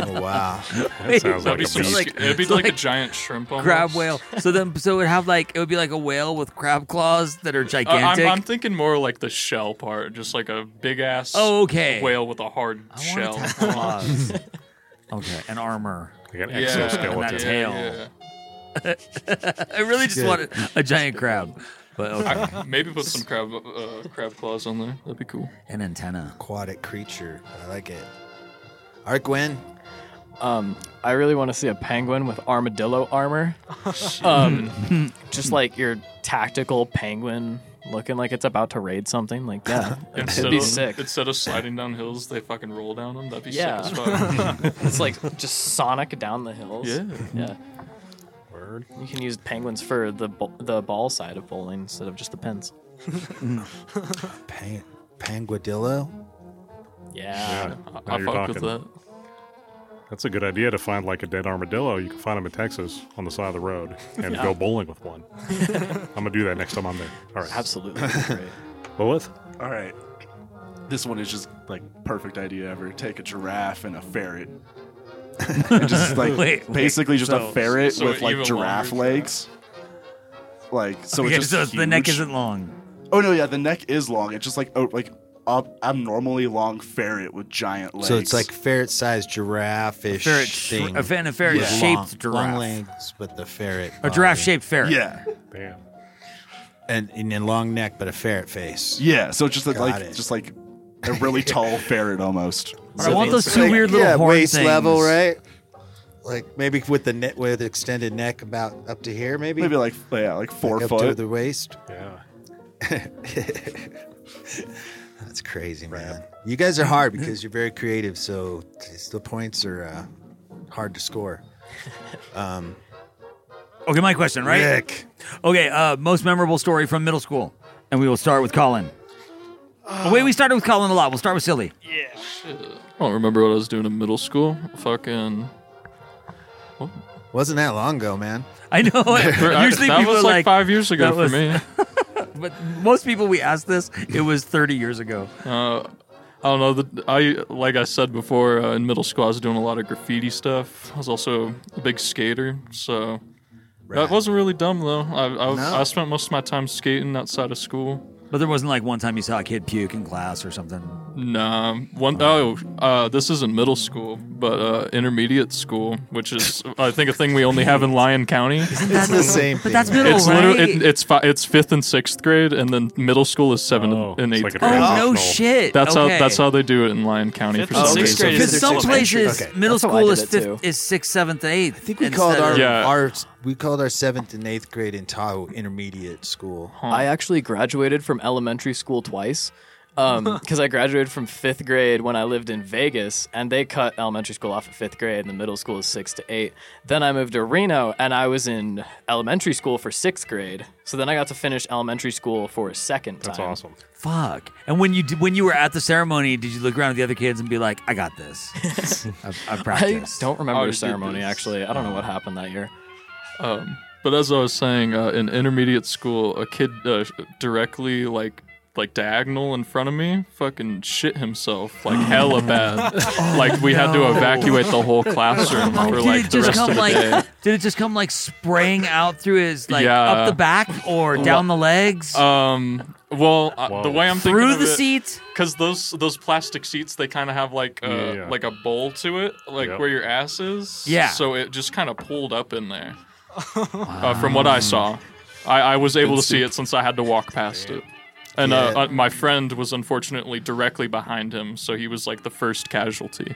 Speaker 6: Oh, wow.
Speaker 8: That
Speaker 5: That'd
Speaker 8: sounds like
Speaker 5: be
Speaker 8: a
Speaker 5: so
Speaker 8: beast.
Speaker 5: sc- it'd be
Speaker 8: It's
Speaker 5: like, a
Speaker 8: like
Speaker 5: giant shrimp. Almost.
Speaker 8: crab whale. So then, so it would have like it would be like a whale with crab claws that are
Speaker 5: Uh, I'm,
Speaker 8: gigantic.
Speaker 5: I'm thinking more like the shell part, just like a big ass
Speaker 8: Oh, okay.
Speaker 5: whale with a hard shell.
Speaker 8: claws. okay, an armor.
Speaker 2: Like an
Speaker 5: Yeah,
Speaker 8: And
Speaker 5: exoskeleton.
Speaker 8: that
Speaker 5: yeah,
Speaker 8: tail.
Speaker 5: yeah.
Speaker 8: I really just
Speaker 5: Good.
Speaker 8: wanted a giant crab, but okay.
Speaker 5: I- maybe put some crab uh, crab claws on there. That'd be cool.
Speaker 8: An antenna.
Speaker 6: Aquatic creature. I like it. All right, Gwen.
Speaker 10: Um, I really want to see a penguin with armadillo armor. um, just like your tactical penguin looking like it's about to raid something. Like, yeah, it'd
Speaker 5: Instead
Speaker 10: be
Speaker 5: of,
Speaker 10: sick.
Speaker 5: Instead of sliding down hills, they fucking roll down them. That'd be
Speaker 10: Yeah.
Speaker 5: sick as fuck.
Speaker 10: it's like just Sonic down the hills.
Speaker 5: Yeah.
Speaker 10: Yeah. Word. You can use penguins for the bo- the ball side of bowling instead of just the pins.
Speaker 6: Pan- Panguadillo.
Speaker 10: Yeah.
Speaker 5: Uh,
Speaker 2: now
Speaker 10: I, I
Speaker 2: you're
Speaker 10: fuck with
Speaker 2: talking.
Speaker 10: that.
Speaker 2: That's a good idea to find like a dead armadillo. You can find them in Texas on the side of the road and
Speaker 10: Yeah.
Speaker 2: go bowling with one. I'm gonna do that next time I'm there. All right.
Speaker 10: Absolutely.
Speaker 2: Lilith,
Speaker 7: All right. This one is just like perfect idea ever. Take a giraffe and a ferret. and just like
Speaker 8: Wait, wait,
Speaker 7: basically just
Speaker 8: so-
Speaker 7: a ferret
Speaker 5: so
Speaker 7: with like
Speaker 5: even
Speaker 7: giraffe
Speaker 5: longer
Speaker 7: legs. Like so
Speaker 8: okay,
Speaker 7: it's just
Speaker 8: so it's- the neck
Speaker 7: huge.
Speaker 8: isn't long.
Speaker 7: Oh no, yeah, the neck is long. It's just like oh like ab- abnormally long ferret with giant legs.
Speaker 6: So it's like ferret-sized giraffe-ish
Speaker 8: ferret sh-
Speaker 6: thing.
Speaker 8: a fe- and a ferret-shaped
Speaker 6: With
Speaker 8: giraffe.
Speaker 6: Long legs, but the ferret.
Speaker 8: A
Speaker 6: body.
Speaker 8: giraffe-shaped ferret.
Speaker 7: Yeah.
Speaker 2: Damn.
Speaker 6: And, and a long neck, but a ferret face.
Speaker 7: Yeah, so it's just
Speaker 6: Got
Speaker 7: like
Speaker 6: it.
Speaker 7: just like a really tall ferret almost.
Speaker 8: I want those two weird little
Speaker 6: yeah,
Speaker 8: horn
Speaker 6: waist
Speaker 8: things.
Speaker 6: level, right? Like maybe with the net with extended neck about up to here, maybe
Speaker 7: Maybe like yeah, like four
Speaker 6: Like up to
Speaker 7: foot.
Speaker 6: the waist.
Speaker 2: Yeah.
Speaker 6: That's crazy, man. You guys are hard because you're very creative, so it's- the points are uh, hard to score. Um,
Speaker 8: Okay, my question, right?
Speaker 6: Rick.
Speaker 8: Okay, uh, most memorable story from middle school, and we will start with Colin. Oh, wait, we started with Colin a lot. We'll start with Silly.
Speaker 5: I don't remember what I was doing in middle school. Fucking.
Speaker 6: wasn't that long ago, man.
Speaker 8: I know. Usually
Speaker 5: that
Speaker 8: people
Speaker 5: was
Speaker 8: are
Speaker 5: like, five years ago
Speaker 8: that
Speaker 5: for
Speaker 8: was-
Speaker 5: me.
Speaker 8: But most people we ask this, it was 30 years ago.
Speaker 5: Uh, I don't know. The, I like I said before uh, in middle school, I was doing a lot of graffiti stuff. I was also a big skater, so that wasn't really dumb though. I I, I spent most of my time skating outside of school.
Speaker 8: But there wasn't like one time you saw a kid puke in class or something.
Speaker 5: Nah, one oh, uh, this isn't middle school, but uh, intermediate school, which is I think a thing we only have in Lyon County.
Speaker 6: It's the same.
Speaker 8: But
Speaker 6: thing,
Speaker 8: that's
Speaker 6: man.
Speaker 8: middle,
Speaker 5: It's
Speaker 8: right?
Speaker 5: literally it, it's fi- it's fifth and sixth grade, and then middle school is seventh
Speaker 2: Oh,
Speaker 5: and
Speaker 2: it's
Speaker 5: eighth
Speaker 2: like a
Speaker 5: grade.
Speaker 8: oh, no
Speaker 2: transitional.
Speaker 8: shit.
Speaker 5: That's
Speaker 8: okay.
Speaker 5: how that's how they do it in Lyon County
Speaker 9: Fifth
Speaker 5: for
Speaker 9: and
Speaker 5: some
Speaker 9: sixth
Speaker 5: reason.
Speaker 9: grade
Speaker 8: Because
Speaker 9: is
Speaker 8: some places,
Speaker 6: Okay,
Speaker 8: middle
Speaker 10: that's how I
Speaker 8: school
Speaker 10: did
Speaker 8: is
Speaker 10: it,
Speaker 8: fifth,
Speaker 10: too.
Speaker 8: is sixth, seventh, and eighth.
Speaker 6: I think we called our,
Speaker 5: Yeah.
Speaker 6: our we called our seventh and eighth grade in Tahoe intermediate school.
Speaker 10: I actually graduated from elementary school twice. Because I graduated from fifth grade when I lived in Vegas, and they cut elementary school off at fifth grade, and the middle school is six to eight. Then I moved to Reno, and I was in elementary school for sixth grade. So then I got to finish elementary school for a second time.
Speaker 2: That's awesome.
Speaker 8: Fuck. And when you did, when you were at the ceremony, did you look around at the other kids and be like, "I got this. I've, I've
Speaker 10: I
Speaker 8: practiced."
Speaker 10: don't remember
Speaker 5: I
Speaker 10: the
Speaker 5: Oh, did
Speaker 10: ceremony
Speaker 5: this.
Speaker 10: actually. I don't know what happened that year.
Speaker 5: Um, But as I was saying, uh, in intermediate school, a kid uh, sh- directly like like diagonal in front of me, fucking shit himself like hella bad.
Speaker 10: Oh,
Speaker 5: like we had to
Speaker 8: no.
Speaker 5: evacuate the whole classroom for like the rest of the
Speaker 8: like?
Speaker 5: day.
Speaker 8: Did it just come like spraying out through his like
Speaker 5: Yeah.
Speaker 8: up the back or
Speaker 5: Well,
Speaker 8: down the legs?
Speaker 5: Um. Well, uh, the
Speaker 8: Whoa.
Speaker 5: way I'm
Speaker 8: Through
Speaker 5: thinking of
Speaker 8: the
Speaker 5: it,
Speaker 8: seat?
Speaker 5: because those those plastic seats they kind of have like a,
Speaker 8: Yeah, yeah.
Speaker 5: like a bowl to it, like
Speaker 8: Yep.
Speaker 5: where your ass is.
Speaker 8: Yeah.
Speaker 5: So it just kind of pulled up in there. uh, from what I saw, I, I was able
Speaker 9: Good
Speaker 5: to see
Speaker 9: soup.
Speaker 5: it since I had to walk past it. And uh, uh, my friend was unfortunately directly behind him, so he was like the first casualty.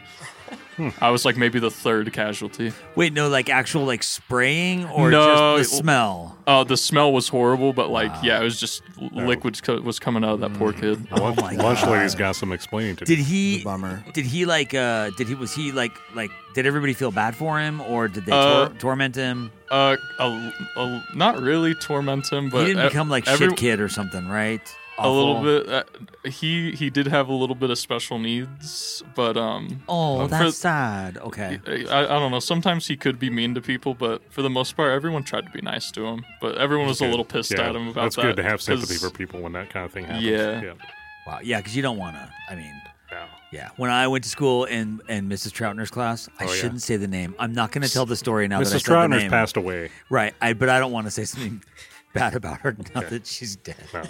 Speaker 8: Hmm.
Speaker 5: I was like maybe the third casualty.
Speaker 8: Wait, no, like actual like spraying or
Speaker 5: no,
Speaker 8: just the
Speaker 5: it-
Speaker 8: smell.
Speaker 5: Oh, the smell was horrible, Oh, but like, yeah, it was just liquid co- was coming out of that poor kid.
Speaker 8: Oh my Lunch God. lady's
Speaker 2: got some explaining to
Speaker 8: Did he? Did he like? uh Did he? Was he like? Like? Did everybody feel bad for him, or did they
Speaker 5: Uh,
Speaker 8: tor- torment him?
Speaker 5: Uh, a, a, not really torment him, but
Speaker 8: he didn't
Speaker 5: e-
Speaker 8: become like
Speaker 5: every-
Speaker 8: shit kid or something, right?
Speaker 5: A little
Speaker 8: Awful.
Speaker 5: bit. Uh, he he did have a little bit of special needs, but um.
Speaker 8: Oh,
Speaker 5: for-
Speaker 8: that's sad. Okay.
Speaker 5: I, I don't know. Sometimes he could be mean to people, but for the most part, everyone tried to be nice to him. But everyone was
Speaker 2: That's
Speaker 5: a
Speaker 2: good.
Speaker 5: little pissed
Speaker 2: Yeah,
Speaker 5: at him about
Speaker 2: That's
Speaker 5: that.
Speaker 2: good to have sympathy
Speaker 5: 'cause-
Speaker 2: for people when that kind of thing happens.
Speaker 5: Yeah.
Speaker 8: Wow. Yeah, because you don't want to. I mean, yeah. When I went to school in in Mrs. Troutner's class, I
Speaker 2: Oh, yeah.
Speaker 8: shouldn't say the name. I'm not going to tell the story now. that I
Speaker 2: Mrs.
Speaker 8: said the
Speaker 2: Troutner's
Speaker 8: name.
Speaker 2: passed away.
Speaker 8: Right. I but I don't want to say something bad about her now that she's dead.
Speaker 2: No.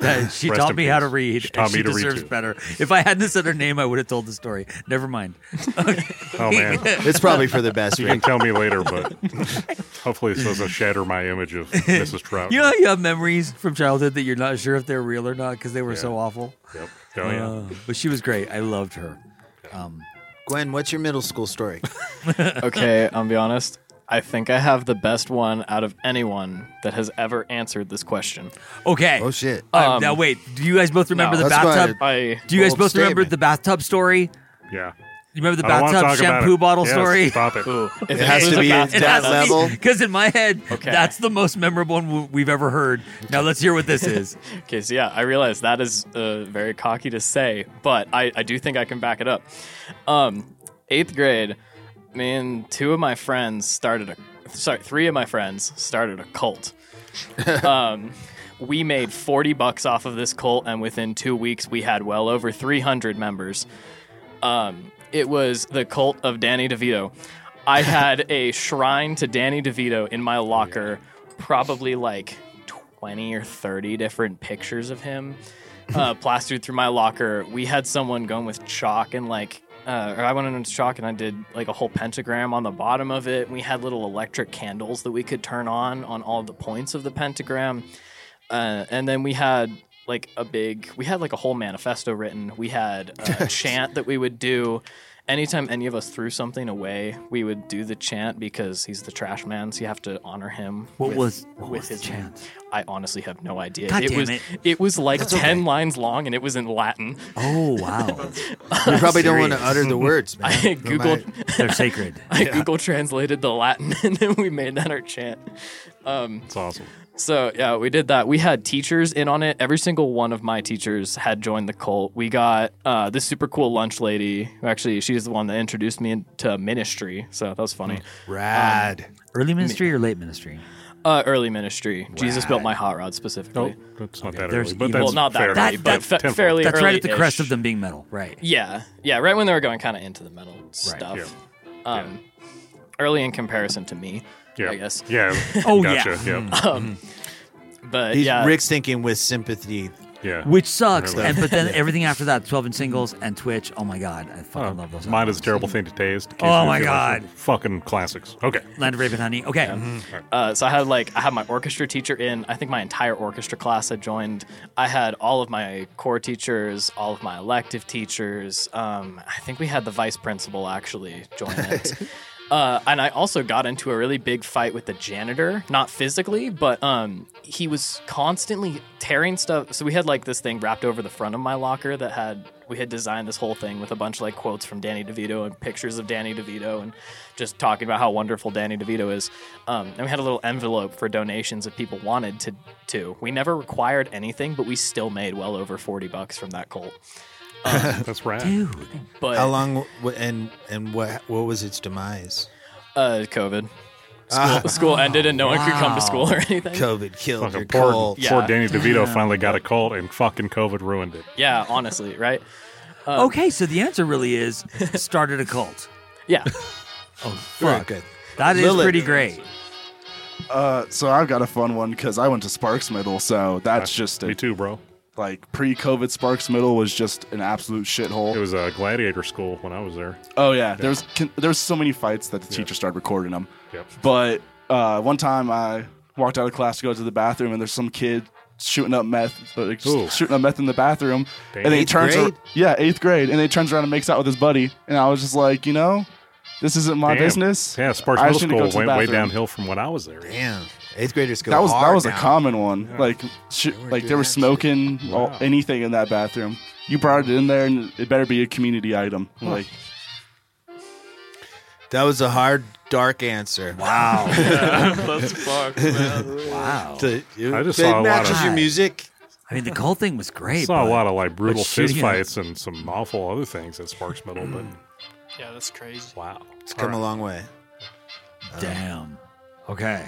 Speaker 8: That she
Speaker 2: Rest
Speaker 8: taught
Speaker 2: in
Speaker 8: me how to
Speaker 2: peace.
Speaker 8: read.
Speaker 2: She
Speaker 8: She,
Speaker 2: taught
Speaker 8: and she
Speaker 2: me to read,
Speaker 8: deserves
Speaker 2: too.
Speaker 8: better. If I hadn't said her name, I would have told the story. Never mind.
Speaker 2: Oh man,
Speaker 6: It's probably for the best,
Speaker 2: You can
Speaker 6: Rick.
Speaker 2: tell me later, but hopefully this doesn't shatter my image of Mrs. Trout.
Speaker 8: You know, how you have memories from childhood that you're not sure if they're real or not because they were so awful. Uh,
Speaker 2: Yep. Oh, yeah.
Speaker 8: but she was great. I loved her. Um,
Speaker 6: Gwen, what's your middle school story?
Speaker 9: okay, I'll be honest. I think I have the best one out of anyone that has ever answered this question.
Speaker 8: okay. Oh
Speaker 6: shit.
Speaker 8: Uh,
Speaker 9: Um,
Speaker 8: now wait. Do you guys both remember
Speaker 9: no.
Speaker 8: the
Speaker 9: That's why
Speaker 8: bathtub?
Speaker 9: I-
Speaker 8: Do you guys
Speaker 9: bold
Speaker 8: both remember
Speaker 9: statement.
Speaker 8: the bathtub story?
Speaker 2: Yeah.
Speaker 8: You remember the
Speaker 2: I don't wanna
Speaker 8: bathtub
Speaker 2: talk about
Speaker 8: shampoo
Speaker 2: it.
Speaker 8: bottle
Speaker 2: Yes,
Speaker 8: story?
Speaker 2: Stop it.
Speaker 9: If it has to be at that level.
Speaker 8: Because in my head,
Speaker 9: Okay.
Speaker 8: that's the most memorable one w- we've ever heard. Now let's hear what this is.
Speaker 9: okay, so yeah, I realize that is uh, very cocky to say, but I, I do think I can back it up. Um, eighth grade, me and two of my friends started a sorry, three of my friends started a cult. um, we made forty bucks off of this cult, and within two weeks, we had well over three hundred members. Um, it was the cult of Danny DeVito. I had a shrine to Danny DeVito in my locker, probably like 20 or 30 different pictures of him uh, plastered through my locker. We had someone going with chalk and like, uh, or I went in with chalk and I did like a whole pentagram on the bottom of it. We had little electric candles that we could turn on on all the points of the pentagram. Uh, and then we had like a big, we had like a whole manifesto written. We had a chant that we would do. Anytime any of us threw something away, we would do the chant because he's the trash man, so you have to honor him.
Speaker 8: What
Speaker 9: with-
Speaker 8: was- what
Speaker 9: with
Speaker 8: was the
Speaker 9: his
Speaker 8: chant?
Speaker 9: I honestly have no idea.
Speaker 8: God
Speaker 9: it
Speaker 8: damn
Speaker 9: was
Speaker 8: it.
Speaker 9: was like ten lines long, and it was in Latin.
Speaker 8: Oh wow!
Speaker 6: You probably don't wanna utter the words, man.
Speaker 9: I
Speaker 6: No
Speaker 9: googled.
Speaker 6: matter. They're sacred.
Speaker 9: I
Speaker 6: Yeah.
Speaker 9: google translated the Latin, and then we made that our chant. Um,
Speaker 2: It's awesome.
Speaker 9: So yeah, we did that. We had teachers in on it. Every single one of my teachers had joined the cult. We got uh, this super cool lunch lady. who Actually, she's the one that introduced me into ministry. So that was funny.
Speaker 2: Hmm.
Speaker 6: Rad.
Speaker 8: Early ministry or late ministry?
Speaker 9: Uh, early ministry. Jesus built my hot rod
Speaker 2: Nope,
Speaker 9: specifically.
Speaker 2: that's not that
Speaker 8: there's
Speaker 2: early, but
Speaker 8: evil-
Speaker 2: that's
Speaker 9: well, not that
Speaker 2: fair.
Speaker 9: early, but fa- fairly
Speaker 8: That's right at the
Speaker 9: early-ish.
Speaker 8: crest of them being metal. Right.
Speaker 9: Yeah, yeah, right when they were going kind of into the metal stuff. Um, Early in comparison to me,
Speaker 2: Yeah.
Speaker 9: I guess.
Speaker 2: Yeah.
Speaker 6: Oh, yeah. Gotcha, yeah.
Speaker 9: Um, but
Speaker 6: He's-
Speaker 9: yeah,
Speaker 6: Rick's thinking with sympathy.
Speaker 2: Yeah.
Speaker 8: Which sucks.
Speaker 6: Really?
Speaker 8: And but then
Speaker 6: Yeah.
Speaker 8: everything after that, twelve and singles and Twitch. Oh my god, I fucking love those.
Speaker 2: Uh, Mine is a terrible thing to taste. in case
Speaker 8: Oh
Speaker 2: you
Speaker 8: my
Speaker 2: feel like
Speaker 8: God.
Speaker 2: Fucking classics. Okay.
Speaker 8: Land of Raven Honey. Okay.
Speaker 9: Uh, so I had like I had my orchestra teacher in. I think my entire orchestra class I joined. I had all of my core teachers, all of my elective teachers. Um, I think we had the vice principal actually join it. Uh, and I also got into a really big fight with the janitor, not physically, but um, he was constantly tearing stuff. So we had like this thing wrapped over the front of my locker that had we had designed this whole thing with a bunch of like quotes from Danny DeVito and pictures of Danny DeVito and just talking about how wonderful Danny DeVito is. Um, and we had a little envelope for donations if people wanted to. To we never required anything, but we still made well over forty bucks from that cult.
Speaker 2: That's rad. Dude.
Speaker 9: But
Speaker 6: How long w- and and what what was its demise?
Speaker 9: Uh, COVID.
Speaker 10: School, school ended and no one could come to school or anything.
Speaker 6: COVID killed
Speaker 2: Fucking
Speaker 6: your
Speaker 2: poor,
Speaker 6: cult.
Speaker 2: poor
Speaker 10: Yeah.
Speaker 2: Danny DeVito
Speaker 10: Damn.
Speaker 2: finally got a cult, and fucking COVID ruined it.
Speaker 10: Yeah, honestly, right?
Speaker 8: Uh, okay, so the answer really is started a cult.
Speaker 10: Yeah.
Speaker 8: oh,
Speaker 6: Very
Speaker 8: fuck.
Speaker 6: good.
Speaker 8: That is
Speaker 7: Lilith.
Speaker 8: pretty great.
Speaker 7: Uh, so I've got a fun one because I went to Sparks Middle, so that's just a, me
Speaker 2: too, bro.
Speaker 7: Like pre-COVID, Sparks Middle was just an absolute shithole. It
Speaker 2: was a gladiator school when I was there.
Speaker 7: Oh yeah, there's con- there's so many fights that the teacher started recording them.
Speaker 2: Yep.
Speaker 7: But uh, one time I walked out of class to go to the bathroom, and there's some kid shooting up meth, uh, like, just shooting up meth in the bathroom, and
Speaker 2: Damn.
Speaker 7: then he
Speaker 2: Eighth
Speaker 7: turns, ar-
Speaker 2: grade?
Speaker 7: yeah, eighth grade, and then he turns around and makes out with his buddy, and I was just like, you know, this isn't my
Speaker 2: Damn.
Speaker 7: business.
Speaker 2: Yeah, Sparks
Speaker 7: I
Speaker 2: Middle
Speaker 7: just need to go
Speaker 2: School
Speaker 7: to the
Speaker 2: went way
Speaker 7: bathroom.
Speaker 2: downhill from when I was there.
Speaker 6: Damn, eighth graders go.
Speaker 7: That was that
Speaker 6: hard
Speaker 7: was a
Speaker 6: now.
Speaker 7: common one. Like sh- like they were smoking all, anything in that bathroom. You brought it in there, and it better be a community item. Like
Speaker 6: That was a hard, dark answer. Wow.
Speaker 5: That's fucked, man.
Speaker 8: Wow.
Speaker 6: The- you-
Speaker 2: I just
Speaker 6: it
Speaker 2: saw a lot
Speaker 6: matches
Speaker 2: of
Speaker 6: your music.
Speaker 8: I mean, the cult thing was great.
Speaker 2: saw a
Speaker 8: but-
Speaker 2: lot of like brutal
Speaker 8: but shooting
Speaker 2: fist
Speaker 8: it-
Speaker 2: fights and some awful other things at Sparks Middle, but
Speaker 7: Mm.
Speaker 5: Yeah, that's crazy.
Speaker 2: Wow.
Speaker 6: It's come a long way.
Speaker 8: Damn. Okay.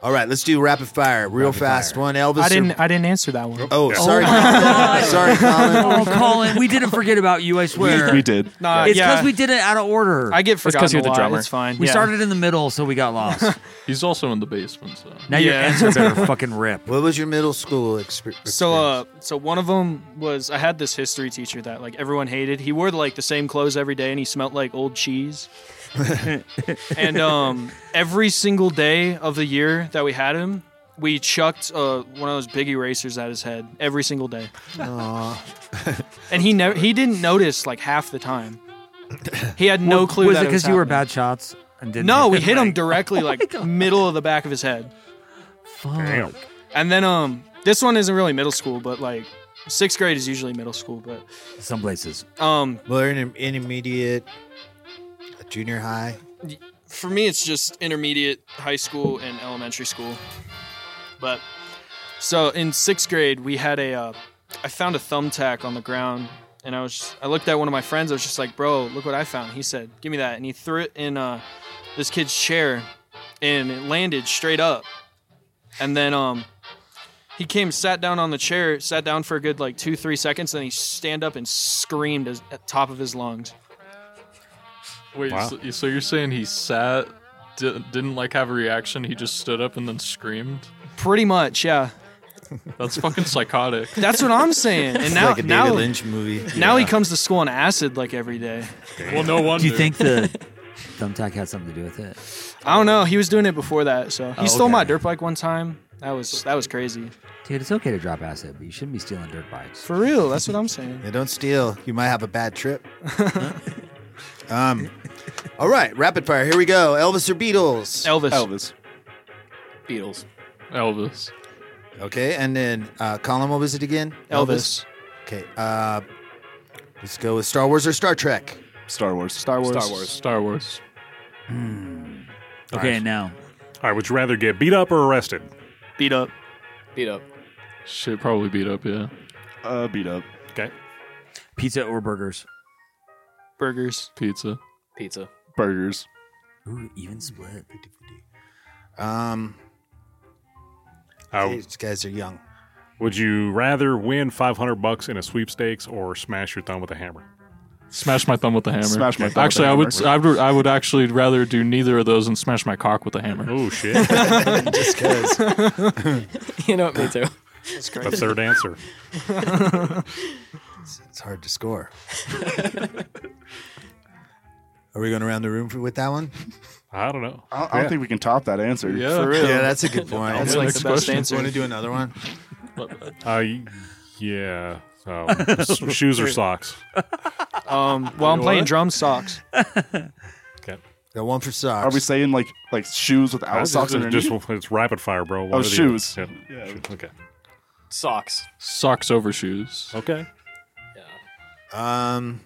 Speaker 6: All right, let's do rapid fire, real
Speaker 8: Rapid
Speaker 6: fast.
Speaker 8: fire.
Speaker 6: One, Elvis.
Speaker 9: I
Speaker 6: or-
Speaker 9: didn't. I didn't answer that one.
Speaker 6: Oh,
Speaker 9: Yeah.
Speaker 6: sorry,
Speaker 9: Oh
Speaker 6: Colin.
Speaker 9: my
Speaker 6: sorry,
Speaker 8: Oh,
Speaker 6: Colin.
Speaker 8: Colin, we didn't forget about you. I swear.
Speaker 7: we did.
Speaker 9: Nah,
Speaker 8: it's
Speaker 9: yeah.
Speaker 8: because we did it out of order.
Speaker 9: I get forgotten
Speaker 10: you're the
Speaker 9: a lot.
Speaker 10: drummer.
Speaker 9: It's fine.
Speaker 8: we
Speaker 9: yeah.
Speaker 8: started in the middle, so we got lost.
Speaker 5: He's also in the basement, so.
Speaker 8: Now your
Speaker 9: Yeah.
Speaker 8: answer better fucking rip.
Speaker 6: What was your middle school experience?
Speaker 9: So, uh, so one of them was I had this history teacher that like everyone hated. He wore like the same clothes every day, and he smelled like old cheese. and um, every single day of the year that we had him, we chucked uh, one of those big erasers at his head every single day, and he never he didn't notice like half the time. He had no clue.
Speaker 8: Was
Speaker 9: that
Speaker 8: it
Speaker 9: because
Speaker 8: because you were bad shots and didn't?
Speaker 9: No, we
Speaker 8: hit
Speaker 9: hit him
Speaker 8: right?
Speaker 9: directly, like middle of the back of his head.
Speaker 2: damn.
Speaker 9: And then um, this one isn't really middle school, but like sixth grade is usually middle school, but.
Speaker 8: Some places.
Speaker 9: Um,
Speaker 6: well, in in- intermediate, junior high.
Speaker 9: for me, it's just intermediate, high school, and elementary school. But so in sixth grade, we had a. Uh, I found a thumbtack on the ground, and I was. Just, I looked at one of my friends. I was just like, "Bro, look what I found." He said, "Give me that," and he threw it in uh, this kid's chair, and it landed straight up. And then um, he came, sat down on the chair, sat down for a good like two, three seconds, then he stand up and screamed as, at top of his lungs.
Speaker 5: Wait,
Speaker 2: Wow.
Speaker 5: so, so you're saying he sat, di- didn't like have a reaction, he just stood up and then screamed?
Speaker 9: Pretty much, yeah.
Speaker 5: That's fucking psychotic.
Speaker 9: That's what I'm saying. And
Speaker 6: It's
Speaker 9: now,
Speaker 6: like a David
Speaker 9: now,
Speaker 6: Lynch movie.
Speaker 9: now he
Speaker 6: Yeah.
Speaker 9: comes to school on acid like every day.
Speaker 5: Well, no wonder.
Speaker 8: Do you think the thumbtack had something to do with it?
Speaker 9: I don't know. He was doing it before that, so he
Speaker 8: Oh,
Speaker 9: stole my
Speaker 8: okay.
Speaker 9: dirt bike one time. That was that was crazy.
Speaker 8: Dude, it's okay to drop acid, but you shouldn't be stealing dirt bikes.
Speaker 9: For real, that's what I'm saying.
Speaker 6: Yeah, don't steal. You might have a bad trip. um, all right, rapid fire. Here we go. Elvis or Beatles?
Speaker 9: Elvis.
Speaker 7: Elvis.
Speaker 10: Beatles.
Speaker 5: Elvis.
Speaker 6: Okay, and then uh, Colin, what was it again?
Speaker 9: Elvis.
Speaker 6: Okay. Uh, let's go with Star Wars or Star Trek.
Speaker 7: Star Wars.
Speaker 9: Star Wars.
Speaker 10: Star Wars.
Speaker 5: Star Wars.
Speaker 8: Okay, now
Speaker 2: All right, would you rather get beat up or arrested?
Speaker 9: Beat up.
Speaker 10: Beat up.
Speaker 5: Shit, probably beat up, yeah.
Speaker 7: uh, beat up.
Speaker 2: Okay.
Speaker 8: pizza or burgers?
Speaker 9: Burgers.
Speaker 5: Pizza.
Speaker 10: Pizza.
Speaker 7: Burgers.
Speaker 8: Ooh, even split.
Speaker 6: Um,
Speaker 2: Uh,
Speaker 6: these guys are young.
Speaker 2: would you rather win 500 bucks in a sweepstakes or smash your thumb with a hammer?
Speaker 5: Smash my thumb with a hammer.
Speaker 7: Smash my thumb with
Speaker 5: Actually,
Speaker 7: a
Speaker 5: I would.
Speaker 7: hammer.
Speaker 5: I would. I would actually rather do neither of those and smash my cock with a hammer.
Speaker 2: Oh shit,
Speaker 6: Just because.
Speaker 10: You know what? Me too.
Speaker 9: That's
Speaker 2: that's
Speaker 9: crazy.
Speaker 2: their answer.
Speaker 6: it's hard to score. are we going around the room for, with that one?
Speaker 2: I don't know.
Speaker 7: I don't, I don't
Speaker 2: Yeah.
Speaker 7: think we can top that answer.
Speaker 5: Yeah.
Speaker 9: For real.
Speaker 6: Yeah, that's a good point.
Speaker 9: That's
Speaker 5: Yeah,
Speaker 9: like
Speaker 5: next
Speaker 9: the best
Speaker 5: question.
Speaker 9: answer.
Speaker 6: Want to do another one?
Speaker 2: Uh, y- yeah. Um, s- shoes or socks?
Speaker 9: Um, while I'm playing drums, socks.
Speaker 2: Okay.
Speaker 6: Got one for socks.
Speaker 7: Are we saying like like shoes without socks
Speaker 2: it's,
Speaker 7: underneath?
Speaker 2: just, it's rapid fire, bro. One
Speaker 7: Oh,
Speaker 2: or the
Speaker 7: shoes.
Speaker 2: other. Yeah.
Speaker 7: Yeah.
Speaker 2: Okay.
Speaker 10: Socks.
Speaker 5: Socks over shoes.
Speaker 2: Okay.
Speaker 6: um,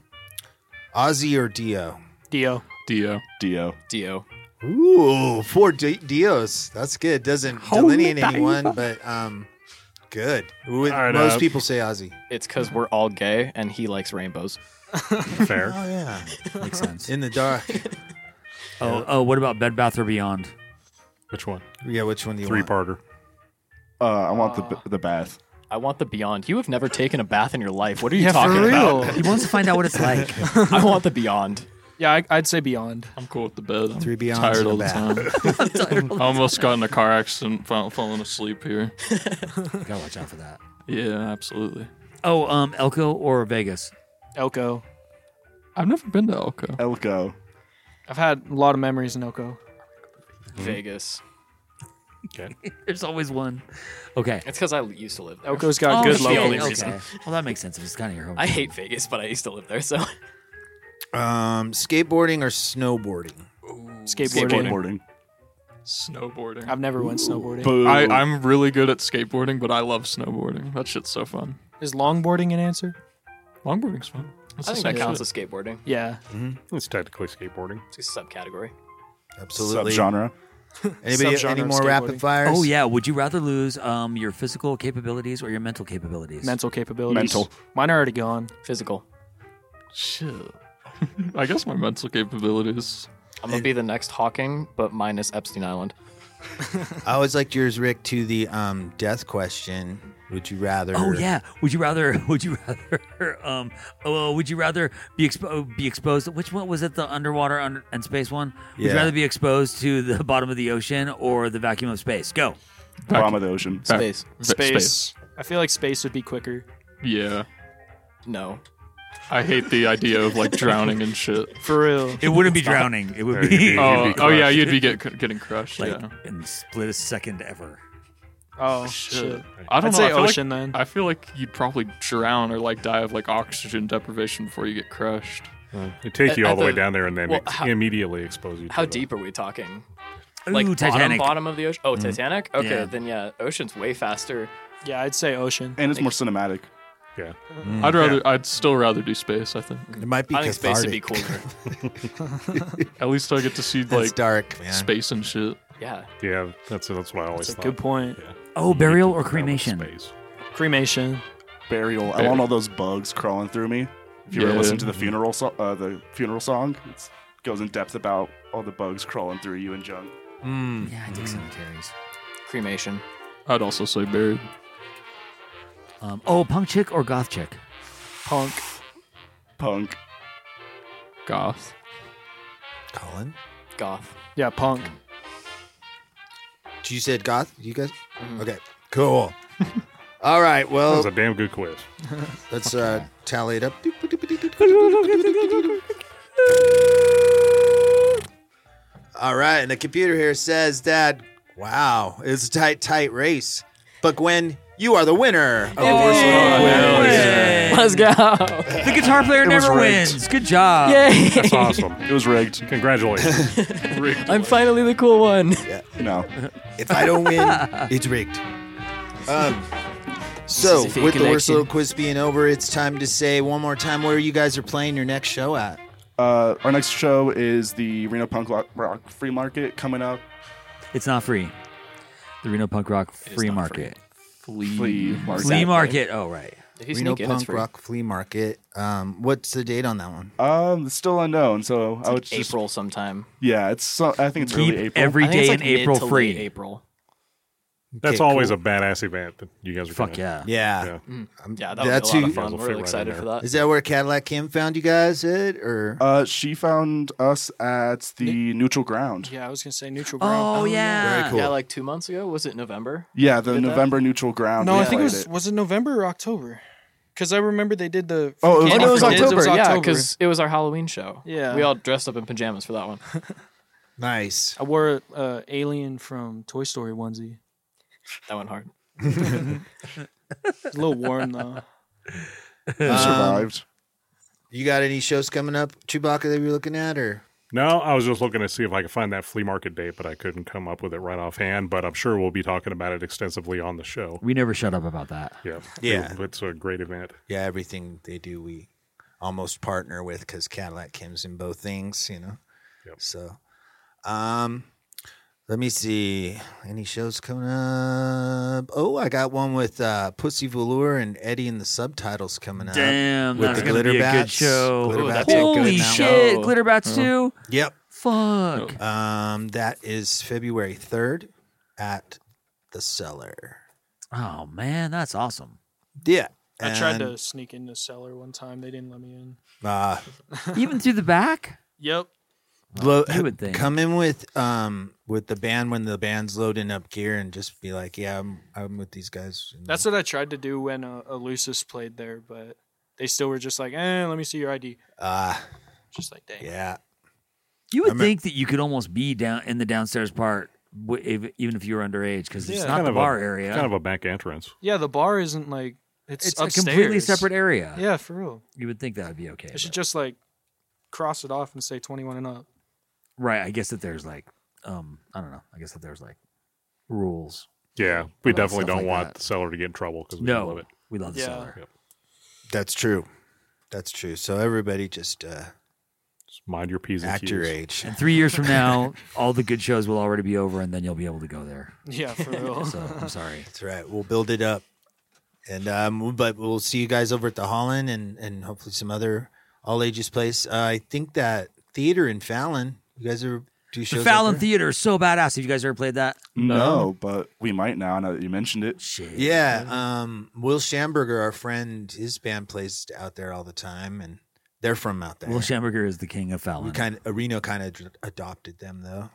Speaker 6: Ozzy or Dio?
Speaker 9: Dio.
Speaker 5: Dio.
Speaker 7: Dio.
Speaker 10: Dio.
Speaker 6: Ooh, four D- Dios. That's good. Doesn't delineate anyone, but um, good. Who-
Speaker 2: All right,
Speaker 6: most
Speaker 2: uh,
Speaker 6: people say Ozzy.
Speaker 10: It's because we're all gay and he likes rainbows.
Speaker 2: Fair.
Speaker 6: Oh yeah,
Speaker 8: Makes sense.
Speaker 6: in the dark.
Speaker 8: Oh, oh, what about Bed Bath or Beyond?
Speaker 2: Which one?
Speaker 6: Yeah, which one do you
Speaker 2: Three
Speaker 6: want?
Speaker 2: parter.
Speaker 7: Uh, I want the the bath.
Speaker 10: I want the Beyond. You have never taken a bath in your life. What are you
Speaker 9: Yeah, for
Speaker 10: talking
Speaker 9: real.
Speaker 10: about?
Speaker 9: He wants to find out what it's like.
Speaker 10: I want the Beyond.
Speaker 9: Yeah, I, I'd say Beyond.
Speaker 5: I'm cool with the bed. I'm
Speaker 6: Three Beyonds
Speaker 5: tired
Speaker 6: and a
Speaker 5: all the
Speaker 6: bath.
Speaker 5: time. I almost got in a car accident, fall- falling asleep here.
Speaker 8: Gotta watch out for that.
Speaker 5: Yeah, absolutely.
Speaker 8: Oh, um, Elko or Vegas?
Speaker 9: Elko.
Speaker 5: I've never been to Elko.
Speaker 7: Elko.
Speaker 9: I've had a lot of memories in Elko.
Speaker 5: Mm-hmm.
Speaker 10: Vegas.
Speaker 2: Okay.
Speaker 8: There's always one. Okay.
Speaker 10: It's because I used to live there.
Speaker 9: Elko's got
Speaker 8: Oh,
Speaker 9: good
Speaker 8: shit,
Speaker 9: level.
Speaker 10: only reason.
Speaker 8: Okay. Well, that makes sense. If it's kind of your home.
Speaker 10: I hate Vegas, but I used to live there, so
Speaker 6: Um, skateboarding or snowboarding?
Speaker 9: Skateboarding.
Speaker 7: Skateboarding.
Speaker 5: Snowboarding.
Speaker 9: I've never went snowboarding.
Speaker 7: Boo.
Speaker 5: I, I'm really good at skateboarding, but I love snowboarding. That shit's so fun.
Speaker 9: Is longboarding an answer?
Speaker 5: Longboarding's fun. That's
Speaker 10: I
Speaker 5: the
Speaker 10: think
Speaker 5: same
Speaker 10: that counts
Speaker 5: shit.
Speaker 10: as skateboarding.
Speaker 9: Yeah.
Speaker 2: It's technically skateboarding.
Speaker 10: It's a subcategory.
Speaker 6: Absolutely.
Speaker 7: Subgenre.
Speaker 6: Anybody
Speaker 9: Subgenre
Speaker 6: any
Speaker 9: of
Speaker 6: more
Speaker 9: skateboarding.
Speaker 6: rapid fires?
Speaker 8: Oh yeah. Would you rather lose um, your physical capabilities or your mental capabilities?
Speaker 9: Mental capabilities.
Speaker 7: Mental.
Speaker 9: Mine are already gone.
Speaker 10: Physical.
Speaker 5: Shit. I guess my mental capabilities.
Speaker 10: I'm gonna be the next Hawking, but minus Epstein Island.
Speaker 6: I always liked yours, Rick, to the um, death question. Would you rather?
Speaker 8: Oh yeah. Would you rather? Would you rather? Um. Oh, uh, would you rather be expo- be exposed? Which one was it? The underwater under- and space one. Would
Speaker 6: Yeah.
Speaker 8: you rather be exposed to the bottom of the ocean or the vacuum of space? Go.
Speaker 7: Bottom of the ocean.
Speaker 10: Space.
Speaker 9: Space. I feel like space would be quicker.
Speaker 5: Yeah.
Speaker 10: No.
Speaker 5: I hate the idea of like drowning and shit.
Speaker 9: For real.
Speaker 8: It wouldn't be drowning. It would
Speaker 2: There you
Speaker 8: be
Speaker 2: go.
Speaker 5: Oh,
Speaker 2: You'd be
Speaker 5: oh yeah,
Speaker 2: crushed.
Speaker 5: you'd be get, getting crushed.
Speaker 8: like
Speaker 5: yeah.
Speaker 8: in split a second ever.
Speaker 9: Oh shit.
Speaker 5: I don't
Speaker 9: I'd
Speaker 5: know.
Speaker 9: say
Speaker 5: I feel
Speaker 9: ocean,
Speaker 5: like,
Speaker 9: then.
Speaker 5: I feel like you'd probably drown or like die of like oxygen deprivation before you get crushed.
Speaker 2: It take
Speaker 10: At-
Speaker 2: you all
Speaker 10: at
Speaker 2: the, way
Speaker 10: the-
Speaker 2: down there and then
Speaker 10: well,
Speaker 2: ex-
Speaker 10: how-
Speaker 2: immediately expose you. To
Speaker 10: How
Speaker 2: the-
Speaker 10: deep are we talking?
Speaker 8: Ooh,
Speaker 10: Like bottom,
Speaker 8: Titanic. Mm-hmm.
Speaker 10: bottom of the ocean. Oh, Titanic. Okay,
Speaker 8: Yeah.
Speaker 10: then yeah, ocean's way faster.
Speaker 9: Yeah, I'd say ocean.
Speaker 7: And it's more cinematic.
Speaker 2: Yeah.
Speaker 5: I'd rather. I'd still rather do space. I think.
Speaker 6: It might be
Speaker 10: I think space
Speaker 6: cathartic.
Speaker 10: would be cooler.
Speaker 5: At least I get to see
Speaker 6: That's
Speaker 5: like
Speaker 6: dark, man.
Speaker 5: space and shit.
Speaker 10: yeah.
Speaker 2: Yeah, that's that's what I always
Speaker 9: That's a
Speaker 2: thought.
Speaker 9: good point.
Speaker 8: Oh, burial or
Speaker 2: That was
Speaker 8: cremation?
Speaker 2: Space.
Speaker 9: Cremation.
Speaker 7: Burial. I
Speaker 5: Burial.
Speaker 7: want all those bugs crawling through me. If you ever
Speaker 5: Yeah.
Speaker 7: listen to the funeral so- uh, the funeral song, it goes in depth about all the bugs crawling through you and junk.
Speaker 8: Yeah, I take cemeteries.
Speaker 10: Cremation.
Speaker 5: I'd also say buried.
Speaker 8: Um, oh, punk chick or goth chick?
Speaker 9: Punk.
Speaker 7: Punk.
Speaker 5: Goth.
Speaker 6: Colin,
Speaker 10: Goth.
Speaker 9: Yeah, punk.
Speaker 6: you said goth. You guys?
Speaker 10: Mm-hmm.
Speaker 6: Okay, cool. All right.
Speaker 2: That
Speaker 6: Well,
Speaker 2: was a damn good quiz.
Speaker 6: let's uh, tally it up. All right, and the computer here says that. Wow, it's a tight, tight race. But Gwen, you are the winner. of the worst Little Quiz.
Speaker 10: Let's go.
Speaker 8: The guitar player never wins. Good job.
Speaker 10: Yay!
Speaker 2: That's awesome.
Speaker 7: It was rigged.
Speaker 2: Congratulations.
Speaker 10: I'm finally the cool one.
Speaker 7: No.
Speaker 6: If I don't win, it's rigged. Um,
Speaker 10: This is
Speaker 6: so,
Speaker 10: a fake
Speaker 6: with the worst
Speaker 10: election.
Speaker 6: little quiz being over, it's time to say one more time where you guys are playing your next show at.
Speaker 7: Uh, our next show is the Reno Punk Lo- Rock Free Market coming up.
Speaker 8: It's not free. The Reno Punk Rock Free
Speaker 10: not
Speaker 8: Market.
Speaker 7: Flea Market.
Speaker 8: Flea Market. Oh, right.
Speaker 10: If you
Speaker 6: Reno
Speaker 10: sneak in, it's
Speaker 6: Punk
Speaker 10: free.
Speaker 6: Rock Flea Market. Um, what's the date on that one?
Speaker 7: Um, it's still unknown. So I would just
Speaker 10: April sometime.
Speaker 7: yeah, it's so, I think it's early
Speaker 8: Keep
Speaker 7: April.
Speaker 8: every
Speaker 10: I think it's
Speaker 8: day
Speaker 10: like
Speaker 8: in
Speaker 10: mid
Speaker 8: April
Speaker 10: to late
Speaker 8: free.
Speaker 10: April.
Speaker 2: That's
Speaker 6: Okay,
Speaker 2: always
Speaker 6: cool.
Speaker 2: a badass event that you guys are
Speaker 8: Fuck
Speaker 2: gonna-
Speaker 8: yeah.
Speaker 6: Yeah.
Speaker 2: Yeah.
Speaker 6: Um,
Speaker 10: Yeah, that
Speaker 6: that's
Speaker 10: would be a lot of fun.
Speaker 2: Might as
Speaker 6: who.
Speaker 2: well
Speaker 10: We're Hmm.
Speaker 2: fit
Speaker 10: really
Speaker 2: right in
Speaker 10: excited
Speaker 2: there.
Speaker 10: for that.
Speaker 6: Is that where Cadillac Kim found you guys at? Or
Speaker 7: Uh, she found us at the neutral ground. Yeah,
Speaker 9: Yeah, I was gonna say neutral ground.
Speaker 8: Oh, yeah.
Speaker 6: Very cool.
Speaker 10: Yeah, like two months ago. Was it November?
Speaker 7: the
Speaker 10: Did that?
Speaker 7: November neutral ground.
Speaker 9: No,
Speaker 7: we
Speaker 9: I think it
Speaker 7: played
Speaker 9: was was it November or October? Because I remember they did the
Speaker 7: Oh, it was
Speaker 9: Candy
Speaker 10: Oh,
Speaker 7: October.
Speaker 10: no, it was
Speaker 9: for Kids,
Speaker 10: October. Yeah,
Speaker 9: October.
Speaker 10: because it was our Halloween show.
Speaker 9: Yeah.
Speaker 10: We all dressed up in pajamas for that one.
Speaker 6: nice.
Speaker 9: I wore a uh, alien from Toy Story onesie.
Speaker 10: That went hard.
Speaker 9: It's a little warm though.
Speaker 7: We survived.
Speaker 6: You got any shows coming up, Chewbacca, that you're looking at? Or
Speaker 2: No, I was just looking to see if I could find that flea market date, but I couldn't come up with it right offhand. But I'm sure we'll be talking about it extensively on the show.
Speaker 8: We never shut up about that.
Speaker 2: Yeah.
Speaker 6: Yeah.
Speaker 2: It- it's a great event.
Speaker 6: yeah, everything they do, we almost partner with because Cadillac Kim's in both things, you know.
Speaker 2: Yep.
Speaker 6: So, um, let me see any shows coming up. Oh, I got one with uh, Pussy Velour and Eddie and the subtitles coming up.
Speaker 8: Damn,
Speaker 6: With
Speaker 8: that's
Speaker 6: the
Speaker 8: gonna
Speaker 6: glitter
Speaker 8: be a good
Speaker 6: bats.
Speaker 8: show.
Speaker 6: Glitter
Speaker 10: Ooh, that'd
Speaker 6: bats
Speaker 10: be a
Speaker 6: are good
Speaker 8: Holy
Speaker 6: now.
Speaker 8: shit,
Speaker 10: Oh.
Speaker 8: Glitter Bats 2?
Speaker 6: Yep.
Speaker 8: fuck.
Speaker 6: Um, that is February third at the cellar.
Speaker 8: Oh man, that's awesome.
Speaker 6: Yeah,
Speaker 9: I tried
Speaker 6: and-
Speaker 9: to sneak in the cellar one time. They didn't let me in.
Speaker 6: Uh,
Speaker 8: Even through the back?
Speaker 9: Yep.
Speaker 6: Lo-
Speaker 8: you would think.
Speaker 6: Come in with um with the band when the band's loading up gear and just be like, yeah, I'm I'm with these guys.
Speaker 9: That's what I tried to do when uh, Elusis played there, but they still were just like, eh, let me see your ID.
Speaker 6: Ah,
Speaker 9: just like dang.
Speaker 6: Yeah.
Speaker 8: You would
Speaker 9: I'm a-
Speaker 8: think that you could almost be down in the downstairs part, w- if, even if you were underage, because it's
Speaker 9: Yeah.
Speaker 8: not
Speaker 9: Kind
Speaker 8: the
Speaker 9: of a-
Speaker 8: bar area.
Speaker 2: It's kind of a back entrance.
Speaker 9: Yeah, the bar isn't like it's,
Speaker 8: It's a
Speaker 9: upstairs.
Speaker 8: completely separate area.
Speaker 9: Yeah, for real.
Speaker 8: You would think that would be okay.
Speaker 9: I should just like cross it off and say 21 and up.
Speaker 8: Right. I guess that there's like, um, I don't know. I guess that there's like rules.
Speaker 2: Yeah, we
Speaker 8: About
Speaker 2: definitely
Speaker 8: stuff
Speaker 2: don't
Speaker 8: like
Speaker 2: want
Speaker 8: that.
Speaker 2: the seller to get in trouble because we
Speaker 8: No,
Speaker 2: love it.
Speaker 8: We love
Speaker 9: the Yeah. cellar.
Speaker 6: That's true. That's true. So everybody just uh
Speaker 2: mind your p's
Speaker 6: act your age.
Speaker 8: And three years from now, all the good shows will already be over, and then you'll be able to go there.
Speaker 9: Yeah, for real.
Speaker 8: So I'm sorry.
Speaker 6: That's right. We'll build it up. And um but we'll see you guys over at the Holland and and hopefully some other all ages place. Uh, I think that theater in Fallon. You guys ever do shows
Speaker 8: The
Speaker 6: out
Speaker 8: Fallon
Speaker 6: there?
Speaker 8: Theater is so badass. Have you guys ever played that?
Speaker 6: No.
Speaker 7: No, but we might now. Now that you mentioned it,
Speaker 8: shit.
Speaker 6: Yeah, um, Will Schamberger, our friend, his band plays out there all the time, and they're from out there.
Speaker 8: Will Schamberger is the king of Fallon.
Speaker 6: we
Speaker 8: We,
Speaker 6: kind of Reno kind of adopted them though.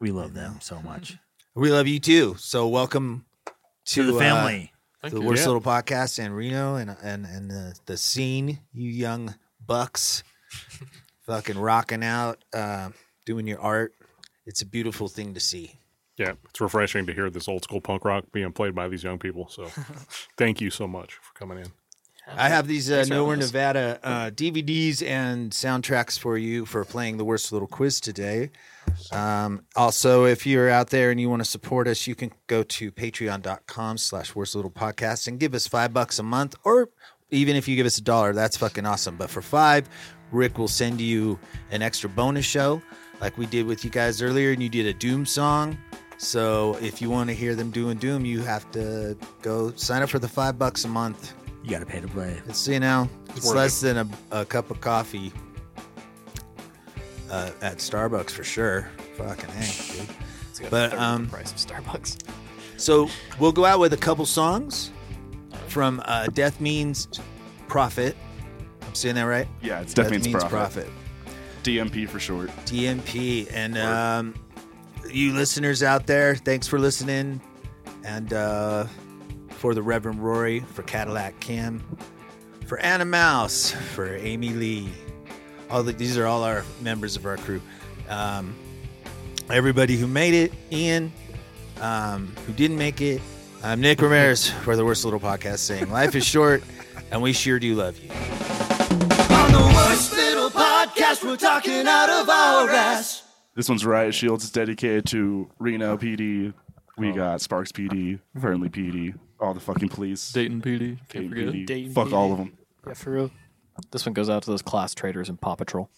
Speaker 8: love them so much.
Speaker 6: We love you too. So welcome to,
Speaker 8: To the
Speaker 6: uh,
Speaker 8: family. Thank
Speaker 6: the
Speaker 8: you.
Speaker 6: worst
Speaker 8: Yeah.
Speaker 6: little podcast and Reno and and and the, the scene. You young bucks, fucking rocking out, uh, doing your art. It's a beautiful thing to see.
Speaker 2: Yeah, it's refreshing to hear this old school punk rock being played by these young people. So, thank you so much for coming in.
Speaker 6: I have these uh,
Speaker 2: Thanks for having
Speaker 6: Nowhere
Speaker 2: us.
Speaker 6: Nevada uh, DVDs and soundtracks for you for playing the worst little quiz today. Um, also, if you're out there and you want to support us, you can go to patreon.com slash worst little podcast and give us five bucks a month or even if you give us a dollar, that's fucking awesome. But for five, Rick will send you an extra bonus show like we did with you guys earlier and you did a Doom song. So if you want to hear them doing Doom, you have to go sign up for the five bucks a month.
Speaker 8: You got to pay to play.
Speaker 6: It's you know, it's,
Speaker 8: worth
Speaker 6: less than a, a cup of coffee uh, at Starbucks for sure. Fucking hey, dude. But um,
Speaker 10: price of Starbucks.
Speaker 6: so we'll go out with a couple songs from uh, Death Means Profit. I'm saying that right?
Speaker 7: Yeah, it's Death Means
Speaker 6: Profit.
Speaker 7: Profit. DMP for short.
Speaker 6: DMP. And um, you listeners out there, thanks for listening. And uh, for the Reverend Rory, for Cadillac Kim, for Anna Mouse, for Amy Lee. All the, these are all our members of our crew. Um, everybody who made it, Ian, um, who didn't make it. I'm Nick Ramirez for the Worst Little Podcast saying life is short and we sure do love you.
Speaker 12: On the worst little podcast, we're talking out of our ass.
Speaker 7: This one's Riot Shields. It's dedicated to Reno PD. We got Sparks PD, Fernley PD, all the fucking police.
Speaker 5: Dayton PD.
Speaker 7: Dayton
Speaker 5: forget.
Speaker 7: PD.
Speaker 5: Dayton
Speaker 7: Fuck
Speaker 5: PD.
Speaker 7: all of them.
Speaker 9: Yeah, for real.
Speaker 10: This one goes out to those class traders in Paw Patrol.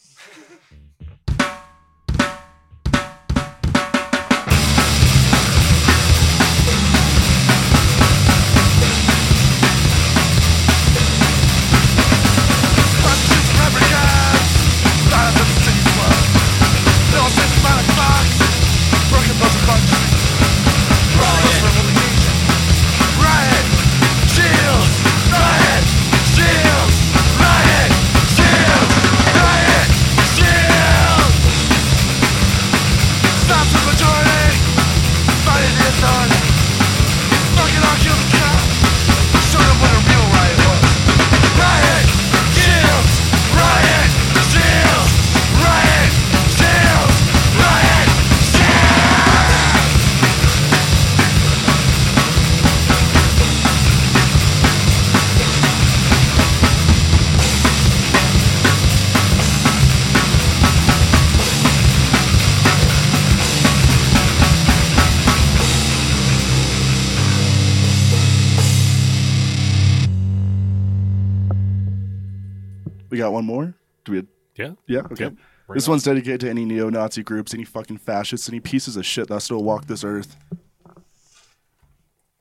Speaker 7: We got one more. Do we?
Speaker 2: Yeah.
Speaker 7: Yeah. Okay.
Speaker 2: Yep. Bring
Speaker 7: This
Speaker 2: it on.
Speaker 7: one's dedicated to any neo-Nazi groups, any fucking fascists, any pieces of shit that still walk this earth.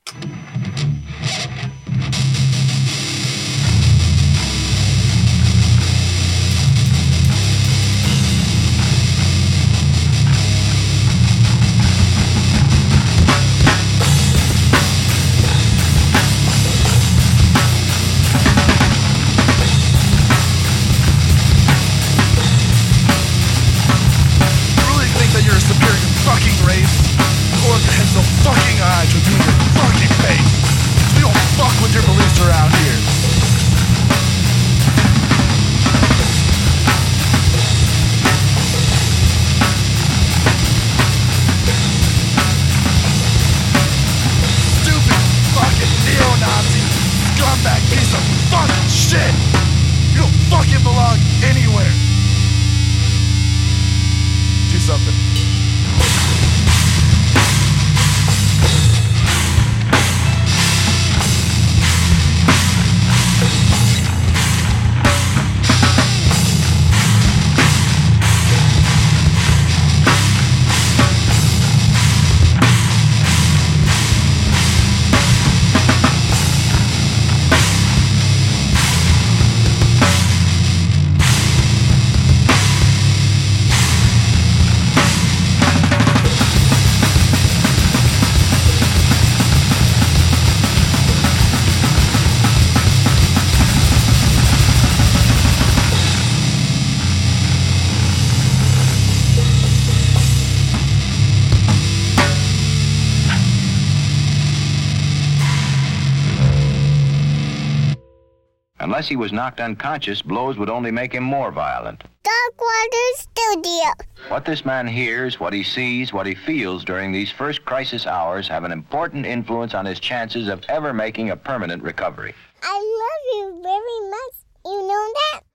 Speaker 12: Right,
Speaker 5: Unless he was knocked unconscious, blows would only make him more violent.
Speaker 3: Darkwater Studio.
Speaker 5: What this man hears, what he sees, what he feels during these first crisis hours have an important influence on his chances of ever making a permanent recovery.
Speaker 3: I love you very much. You know that?